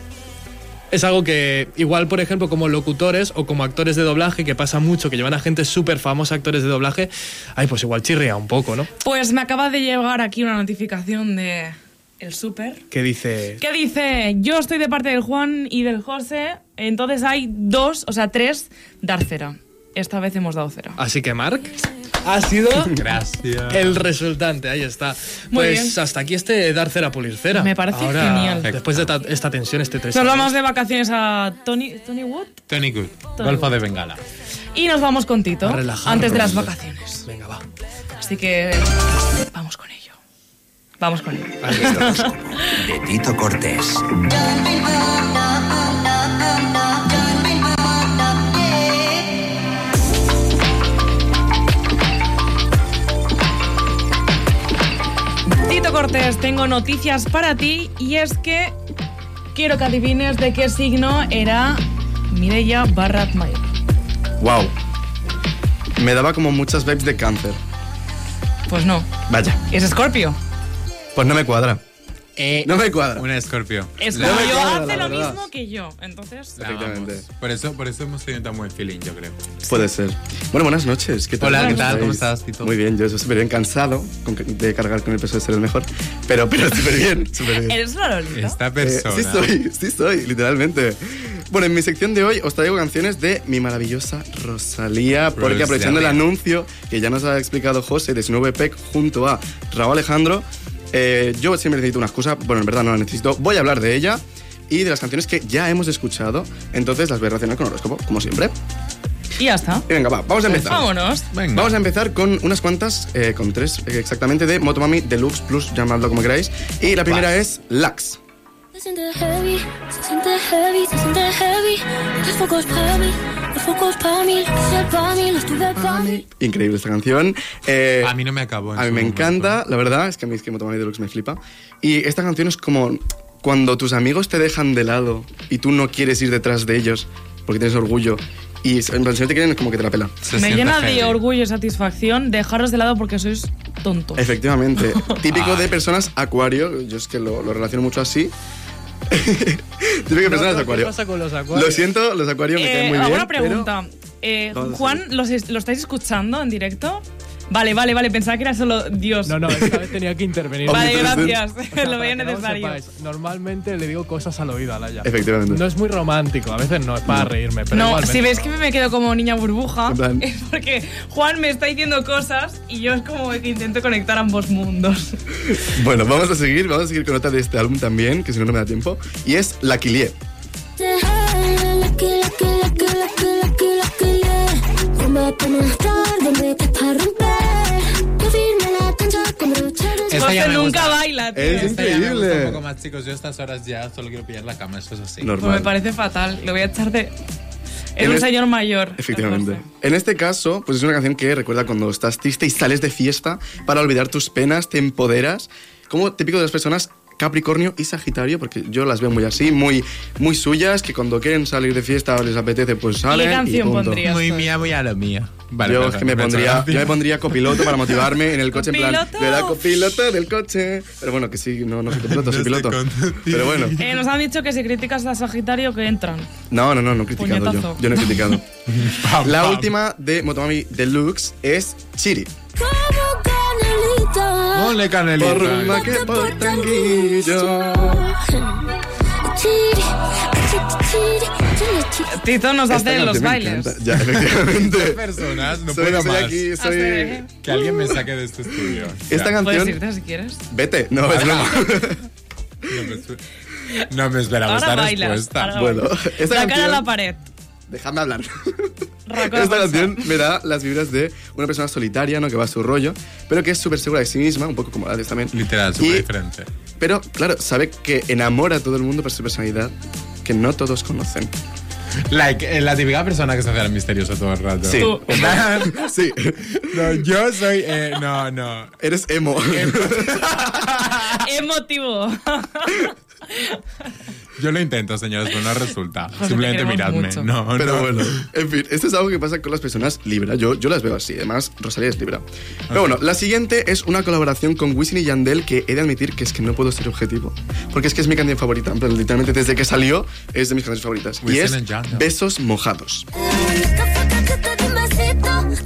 Speaker 9: es algo que, igual, por ejemplo, como locutores o como actores de doblaje, que pasa mucho, que llevan a gente súper famosa, actores de doblaje, ay, pues igual chirría un poco, ¿no?
Speaker 2: Pues me acaba de llegar aquí una notificación de el súper.
Speaker 9: Que dice.
Speaker 2: ¿Qué dice? Yo estoy de parte del Juan y del José, entonces hay dos, o sea, tres, dar cero. Esta vez hemos dado cero.
Speaker 9: Así que, Mark, ha sido.
Speaker 3: Gracias.
Speaker 9: El resultante, ahí está.
Speaker 2: Muy
Speaker 9: pues
Speaker 2: bien.
Speaker 9: hasta aquí este dar cera pulir cera.
Speaker 2: Me parece
Speaker 9: Ahora,
Speaker 2: genial.
Speaker 9: Después de ta- esta tensión, este tres.
Speaker 2: Nos vamos de vacaciones a Tony, Tony Wood
Speaker 3: Tony Good,
Speaker 2: Tony
Speaker 3: Golfo
Speaker 2: Good.
Speaker 3: de Bengala.
Speaker 2: y nos vamos con Tito
Speaker 9: A relajarnos.
Speaker 2: antes de las vacaciones.
Speaker 9: Venga, va.
Speaker 2: Así que vamos con ello. Vamos con ello.
Speaker 1: De Tito Cortés.
Speaker 2: Tito Cortés, tengo noticias para ti y es que quiero que adivines de qué signo era Mireia Barrat Mayor.
Speaker 4: Wow. Me daba como muchas vibes de cáncer.
Speaker 2: Pues no,
Speaker 4: Vaya.
Speaker 2: es Escorpio.
Speaker 4: Pues no me cuadra.
Speaker 3: Eh,
Speaker 4: No me cuadra.
Speaker 3: Un escorpio.
Speaker 4: No me
Speaker 2: Escorpio
Speaker 4: cuadra,
Speaker 2: hace
Speaker 4: la
Speaker 2: lo
Speaker 4: verdad.
Speaker 2: mismo que yo, entonces.
Speaker 3: La amamos.
Speaker 4: Efectivamente.
Speaker 3: Por eso, por eso hemos tenido tan buen feeling, yo creo.
Speaker 4: Puede ser. Bueno, buenas noches. ¿Qué tal?
Speaker 3: Hola, ¿qué tal? ¿Cómo estás, Tito?
Speaker 4: Muy bien, yo estoy súper bien cansado con- de cargar con el peso de ser el mejor, pero, pero súper bien, súper bien.
Speaker 2: ¿Eres una lolita?
Speaker 3: Esta
Speaker 4: Eh,
Speaker 3: persona.
Speaker 4: sí soy, sí soy, literalmente. Bueno, en mi sección de hoy os traigo canciones de mi maravillosa Rosalía, porque
Speaker 3: Rosalía.
Speaker 4: aprovechando el anuncio que ya nos ha explicado José de su nuevo EP junto a Raúl Alejandro, eh, yo siempre necesito una excusa, bueno, en verdad no la necesito, voy a hablar de ella y de las canciones que ya hemos escuchado, entonces las voy a relacionar con horóscopo, como siempre.
Speaker 2: Y ya está.
Speaker 4: Y venga, va, vamos a empezar.
Speaker 2: Vámonos.
Speaker 3: Venga.
Speaker 4: Vamos a empezar con unas cuantas, eh, con tres eh, exactamente, de Motomami Deluxe Plus, llamadlo como queráis. Y la primera es Lax.
Speaker 11: Se siente heavy, se siente heavy, se siente heavy. El foco es para mí, el foco es para mí, el para mí, lo estuve para mí.
Speaker 4: Increíble esta canción. Eh,
Speaker 3: A mí no me acabó. en
Speaker 4: a mí
Speaker 3: su
Speaker 4: me
Speaker 3: momento.
Speaker 4: encanta, la verdad, es que a mí es que Motomami Deluxe me flipa. Y esta canción es como cuando tus amigos te dejan de lado y tú no quieres ir detrás de ellos porque tienes orgullo. Y en plan, si no te quieren, como que te la pela.
Speaker 3: Se
Speaker 2: Me
Speaker 3: siente
Speaker 2: llena
Speaker 3: heavy.
Speaker 2: de orgullo y satisfacción dejaros de lado porque sois tontos.
Speaker 4: Efectivamente. Típico de personas acuario, yo es que lo, lo relaciono mucho así. Típico de personas
Speaker 9: ¿Qué
Speaker 4: acuario.
Speaker 9: pasa con los acuarios?
Speaker 4: Lo siento, los acuarios me
Speaker 2: Eh,
Speaker 4: caen muy bien.
Speaker 2: alguna
Speaker 4: pero-
Speaker 2: pregunta. Eh,
Speaker 4: Vamos a
Speaker 2: Juan, ¿los es- ¿lo, estáis escuchando en directo? Vale, vale, vale. Pensaba que era solo Dios.
Speaker 9: No, no, esta vez tenía que intervenir.
Speaker 2: Vale,
Speaker 4: Omnipresente.
Speaker 2: gracias.
Speaker 9: O sea,
Speaker 2: Lo
Speaker 9: para
Speaker 2: veía
Speaker 9: que no
Speaker 2: necesario.
Speaker 9: sepáis, normalmente le digo cosas al oído a Laia.
Speaker 4: Efectivamente.
Speaker 9: No es muy romántico, a veces no, es para reírme. Pero
Speaker 2: No,
Speaker 9: igualmente.
Speaker 2: si veis que me quedo como niña burbuja,
Speaker 4: En plan-
Speaker 2: es porque Juan me está diciendo cosas y yo es como que intento conectar ambos mundos.
Speaker 4: Bueno, vamos a seguir, vamos a seguir con otra de este álbum también, que si no, no me da tiempo. Y es La Quilie.
Speaker 3: Esta ya
Speaker 2: José
Speaker 3: me
Speaker 2: nunca
Speaker 3: gusta.
Speaker 2: baila, tío.
Speaker 4: Es
Speaker 3: Esta ya me gusta
Speaker 4: Increíble.
Speaker 3: un poco más, chicos. Yo a estas horas ya solo quiero pillar la cama, eso es así.
Speaker 4: Normal.
Speaker 2: Pues me parece fatal. Lo voy a echar de. Es
Speaker 4: En
Speaker 2: un
Speaker 4: es-
Speaker 2: señor mayor.
Speaker 4: Efectivamente. En este caso, pues es una canción que recuerda cuando estás triste y sales de fiesta para olvidar tus penas, te empoderas. Como típico de las personas Capricornio y Sagitario, porque yo las veo muy así, muy, muy suyas, que cuando quieren salir de fiesta o les apetece, pues salen.
Speaker 2: canción
Speaker 4: punto.
Speaker 2: pondrías?
Speaker 3: Muy
Speaker 2: Estoy.
Speaker 3: mía, voy a lo mía.
Speaker 4: yo
Speaker 3: perdón,
Speaker 4: es que me
Speaker 3: he hecho
Speaker 4: pondría,
Speaker 3: gracia.
Speaker 4: yo me pondría copiloto para motivarme en el coche en
Speaker 2: ¡Copiloto!
Speaker 4: plan, ¿verdad? Copiloto del coche. Pero bueno, que sí, no, no soy copiloto, soy
Speaker 3: No estoy
Speaker 4: piloto.
Speaker 3: conduciendo.
Speaker 4: Pero bueno.
Speaker 2: Eh, nos han dicho que si criticas a Sagitario que entran.
Speaker 4: No, no, no, no he criticado yo.
Speaker 2: Puñetazo.
Speaker 4: Yo no he criticado.
Speaker 3: Pam,
Speaker 4: La
Speaker 3: pam.
Speaker 4: última de Motomami Deluxe es Chiri.
Speaker 11: Como canelita.
Speaker 3: Ponle canelita.
Speaker 4: Por una que por tanguillo.
Speaker 2: Tito nos
Speaker 4: Esta
Speaker 2: hace los
Speaker 4: canción me
Speaker 2: bailes.
Speaker 4: encanta. Ya, efectivamente.
Speaker 3: personas, no
Speaker 4: soy,
Speaker 3: puedo
Speaker 4: soy
Speaker 3: más.
Speaker 4: aquí, soy...
Speaker 2: Hace-
Speaker 3: Que alguien me saque de este estudio.
Speaker 4: Esta
Speaker 3: Ya.
Speaker 2: Puedes
Speaker 4: canción...
Speaker 2: irte si quieres.
Speaker 4: Vete, no, es broma.
Speaker 3: No me, esper- no me esperaba
Speaker 2: Ahora
Speaker 3: esta
Speaker 2: bailas,
Speaker 3: respuesta.
Speaker 2: ahora
Speaker 4: Bueno, esta
Speaker 2: la cara a
Speaker 4: canción...
Speaker 2: la pared.
Speaker 4: Déjame hablar.
Speaker 2: Raco de
Speaker 4: Esta
Speaker 2: pensar.
Speaker 4: canción me da las vibras de una persona solitaria, ¿no? Que va a su rollo, pero que es súper segura de sí misma, un poco como Alex también.
Speaker 3: Literal,
Speaker 4: Y-
Speaker 3: súper diferente.
Speaker 4: Pero, claro, sabe que enamora a todo el mundo por su personalidad que no todos conocen.
Speaker 3: Like, eh, la típica persona que se hace el misterioso todo el rato.
Speaker 4: Sí. Tú.
Speaker 3: En plan, sí. No, yo soy. eh, no, no.
Speaker 4: Eres emo.
Speaker 2: Emotivo.
Speaker 3: Yo lo intento, señores, pero no resulta.
Speaker 2: José, te
Speaker 3: Simplemente
Speaker 2: queremos
Speaker 3: miradme.
Speaker 2: mucho.
Speaker 3: No,
Speaker 4: Pero
Speaker 3: no.
Speaker 4: bueno, en fin, esto es algo que pasa con las personas Libra. Yo, yo las veo así, además Rosalía es Libra.
Speaker 3: Ah.
Speaker 4: Pero bueno, la siguiente es una colaboración con Wisin y Yandel que he de admitir que es que no puedo ser objetivo. Porque es que es mi canción favorita. en plan, Literalmente desde que salió es de mis canciones favoritas. Y
Speaker 3: Wisin
Speaker 4: es
Speaker 3: and Yandel.
Speaker 4: Besos Mojados.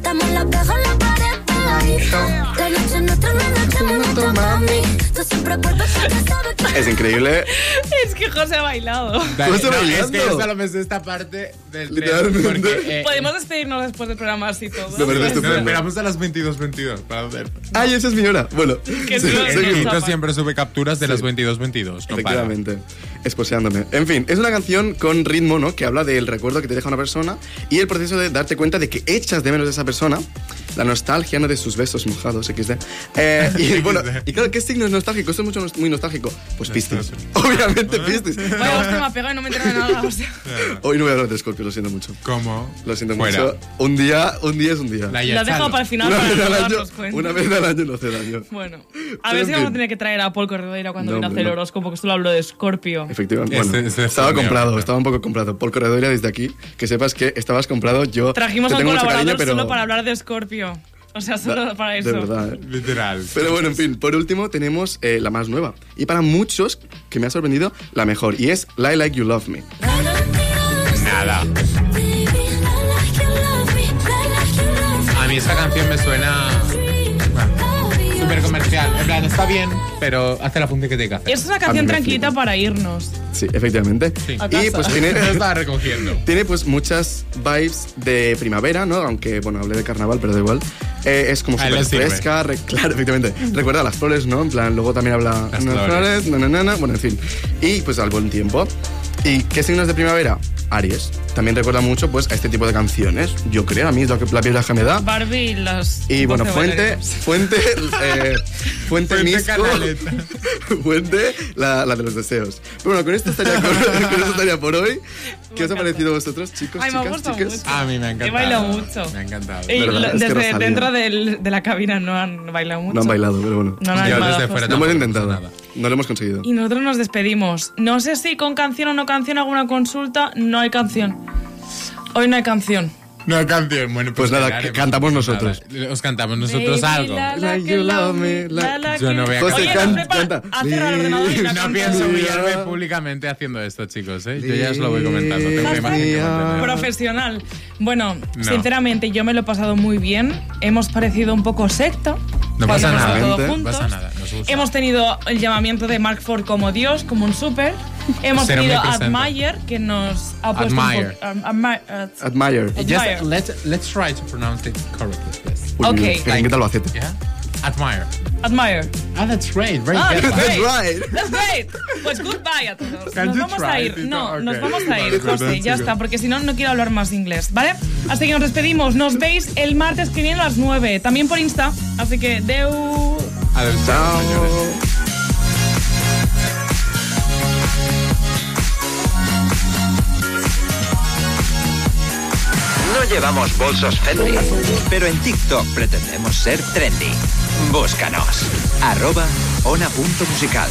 Speaker 11: Dame la caja en la pared de la hija. De noche no otra, no noche no otra, mami. Tú siempre vuelves porque sabes que
Speaker 4: Es increíble.
Speaker 2: es que José ha bailado.
Speaker 3: Dale,
Speaker 4: José
Speaker 3: no,
Speaker 4: bailando.
Speaker 3: es que yo solo me sé esta parte del tren.
Speaker 4: Literalmente.
Speaker 3: Porque, eh,
Speaker 2: Podemos despedirnos después del programa así todo.
Speaker 4: De verdad,
Speaker 3: nos
Speaker 4: estupendo.
Speaker 3: esperamos a las 22.22 para hacer.
Speaker 4: ¡Ay, esa es mi hora! Bueno,
Speaker 2: Que
Speaker 4: se-
Speaker 2: sí,
Speaker 3: El
Speaker 2: sí.
Speaker 4: seguimos.
Speaker 3: Quito siempre sube capturas de las 22.22. No para.
Speaker 4: Efectivamente, esposeándome. En fin, es una canción con ritmo, ¿no? Que habla del recuerdo que te deja una persona y el proceso de darte cuenta de que echas de menos a esa persona, la nostalgia, ¿no? De sus besos mojados, XD. Eh, y bueno, y claro, ¿qué signo es nostálgico? Esto es mucho, muy nostálgico. Pues Piscis. Obviamente Piscis.
Speaker 2: Vaya, hostia, me ha pegado y no me entero de nada. o sea.
Speaker 4: Hoy no voy a hablar de Scorpio, lo siento mucho.
Speaker 3: ¿Cómo?
Speaker 4: Lo siento
Speaker 3: Fuera.
Speaker 4: mucho. Un día, un día es un día.
Speaker 3: La
Speaker 2: Lo
Speaker 3: Yachalo.
Speaker 2: has dejado para el final
Speaker 4: Una
Speaker 2: para
Speaker 4: vez,
Speaker 2: no
Speaker 4: al año,
Speaker 2: darnos cuenta.
Speaker 4: una vez al año no hace daño.
Speaker 2: Bueno, a
Speaker 4: Pero
Speaker 2: ver
Speaker 4: en
Speaker 2: si vamos a
Speaker 4: fin.
Speaker 2: tener que traer a Paul Corredera cuando
Speaker 4: No,
Speaker 2: viene a hacer el
Speaker 4: no.
Speaker 2: horóscopo, que solo hablo de Scorpio.
Speaker 4: Efectivamente.
Speaker 3: Este-
Speaker 4: Bueno,
Speaker 3: este es
Speaker 4: estaba
Speaker 3: mío.
Speaker 4: comprado, estaba un poco comprado. Por corredora desde aquí, que sepas que estabas comprado. Yo
Speaker 2: Trajimos
Speaker 4: te
Speaker 2: a un
Speaker 4: tengo mucho
Speaker 2: colaborador
Speaker 4: cariño, pero
Speaker 2: solo para hablar de Scorpio. O sea, solo
Speaker 4: Da-
Speaker 2: para eso.
Speaker 4: De verdad. ¿eh?
Speaker 3: Literal.
Speaker 4: Pero bueno, en fin, por último tenemos eh, la más nueva. Y para muchos, que me ha sorprendido, la mejor. Y es Lie Like You Love Me.
Speaker 3: Nada. A mí esta canción me suena súper comercial. En plan, está bien, pero hace la función que tiene que hacer.
Speaker 2: Es una
Speaker 4: A mí
Speaker 2: canción
Speaker 4: me
Speaker 2: tranquilita
Speaker 4: flipa.
Speaker 2: para irnos.
Speaker 4: Sí, efectivamente.
Speaker 3: Sí. A
Speaker 4: Y pues tiene,
Speaker 3: Yo estaba recogiendo.
Speaker 4: tiene pues muchas vibes de primavera, ¿no? Aunque, bueno, hablé de carnaval, pero da igual. Eh, es como
Speaker 3: A Ah, él le
Speaker 4: súper
Speaker 3: sirve. Mm.
Speaker 4: fresca, re- claro, efectivamente. Recuerda las flores, ¿no? En plan, luego también habla
Speaker 3: Las
Speaker 4: unas
Speaker 3: flores.
Speaker 4: na, na, na, na. bueno, en fin. Y pues al buen tiempo. ¿Y qué signos de primavera? Aries. También recuerda mucho pues a este tipo de canciones. Yo creo, a mí es lo que la vibra que me da.
Speaker 2: Barbie y las.
Speaker 4: Y bueno,
Speaker 2: voces
Speaker 4: Fuente,
Speaker 2: bailarinas.
Speaker 4: Fuente, eh, Fuente,
Speaker 3: Fuente
Speaker 4: Misco,
Speaker 3: Canaleta.
Speaker 4: Fuente, la, la de los deseos. Pero bueno, con esto estaría, con, con esto estaría por hoy. ¿Qué os ha
Speaker 2: encanta.
Speaker 4: parecido a vosotros, chicos,
Speaker 2: Ay, me ha
Speaker 4: chicas,
Speaker 2: gustado
Speaker 4: chicas?
Speaker 2: mucho.
Speaker 3: A mí me ha encantado.
Speaker 2: He bailado mucho.
Speaker 3: Me ha encantado.
Speaker 2: Y
Speaker 4: Verdad,
Speaker 2: lo-
Speaker 4: es que
Speaker 2: desde
Speaker 4: Rosalía.
Speaker 2: dentro del- de la cabina no han bailado mucho.
Speaker 4: No han bailado, pero bueno.
Speaker 2: No, no,
Speaker 3: Yo
Speaker 2: no,
Speaker 3: desde
Speaker 2: no,
Speaker 3: fuera
Speaker 4: Lo
Speaker 3: tampoco
Speaker 4: hemos
Speaker 3: pasa
Speaker 4: intentado.
Speaker 3: nada.
Speaker 4: No lo hemos conseguido.
Speaker 2: Y nosotros nos despedimos. No sé si con canción o no canción, alguna consulta. No hay canción. Hoy no hay canción.
Speaker 3: No hay canción. Bueno,
Speaker 4: Pues
Speaker 3: pues,
Speaker 4: nada, que
Speaker 3: haremos.
Speaker 4: cantamos
Speaker 3: Nada,
Speaker 4: nosotros.
Speaker 3: Os cantamos nosotros
Speaker 2: Baby,
Speaker 3: algo.
Speaker 2: la, la,
Speaker 4: Like
Speaker 2: que
Speaker 4: you
Speaker 2: la-
Speaker 4: love me,
Speaker 2: la, la,
Speaker 3: Yo
Speaker 2: que-
Speaker 3: no voy a
Speaker 4: José,
Speaker 2: Oye,
Speaker 4: can-
Speaker 2: Pepa,
Speaker 4: canta.
Speaker 2: a cerrar el ordenador y la
Speaker 3: No
Speaker 2: canta.
Speaker 3: pienso humillarme
Speaker 4: Mira.
Speaker 3: públicamente haciendo esto, chicos. ¿eh? Yo ya os lo voy comentando. Tengo una imagen que
Speaker 4: Mira.
Speaker 3: mantener.
Speaker 2: Profesional. Bueno,
Speaker 3: No.
Speaker 2: sinceramente yo me lo he pasado muy bien. Hemos parecido un poco secta.
Speaker 3: No
Speaker 2: porque
Speaker 3: pasa
Speaker 2: hemos
Speaker 3: nada,
Speaker 2: estado
Speaker 3: gente.
Speaker 2: todos juntos.
Speaker 3: Pasa nada, nos gusta.
Speaker 2: Hemos tenido el llamamiento de Mark Ford como Dios, como un súper. Hemos
Speaker 3: Ser
Speaker 2: tenido a
Speaker 3: omnipresente.
Speaker 2: Admire, que nos ha puesto un
Speaker 3: Admire.
Speaker 2: poco- am- ama- eh,
Speaker 4: Admire.
Speaker 2: Ad-
Speaker 3: Just
Speaker 2: Admire.
Speaker 3: let's, let's try to pronounce it correctly, please.
Speaker 4: Uy,
Speaker 2: Ok.
Speaker 4: mira, que
Speaker 3: Like-
Speaker 4: ¿Qué tal lo hacete?
Speaker 3: Yeah? Admire.
Speaker 2: Admire.
Speaker 3: Ah, that's great. Very
Speaker 2: Ah,
Speaker 3: good.
Speaker 2: that's
Speaker 4: That's
Speaker 2: great.
Speaker 4: right.
Speaker 2: That's great. Pues goodbye a todos.
Speaker 3: Can
Speaker 2: Nos
Speaker 3: you
Speaker 2: vamos
Speaker 3: try
Speaker 2: a
Speaker 3: it?
Speaker 2: ir. No,
Speaker 3: Okay.
Speaker 2: nos vamos a
Speaker 3: Vale,
Speaker 2: ir, José. Ya
Speaker 3: perfecto.
Speaker 2: está, porque si no, no quiero hablar más inglés, ¿vale? Así que nos despedimos. Nos veis el martes que viene a las 9. También por Insta. Así que, deu.
Speaker 3: Adelante, señores.
Speaker 4: Chao.
Speaker 1: No llevamos bolsos Fendi, pero en TikTok pretendemos ser trendy. Búscanos. Arroba ona.musical.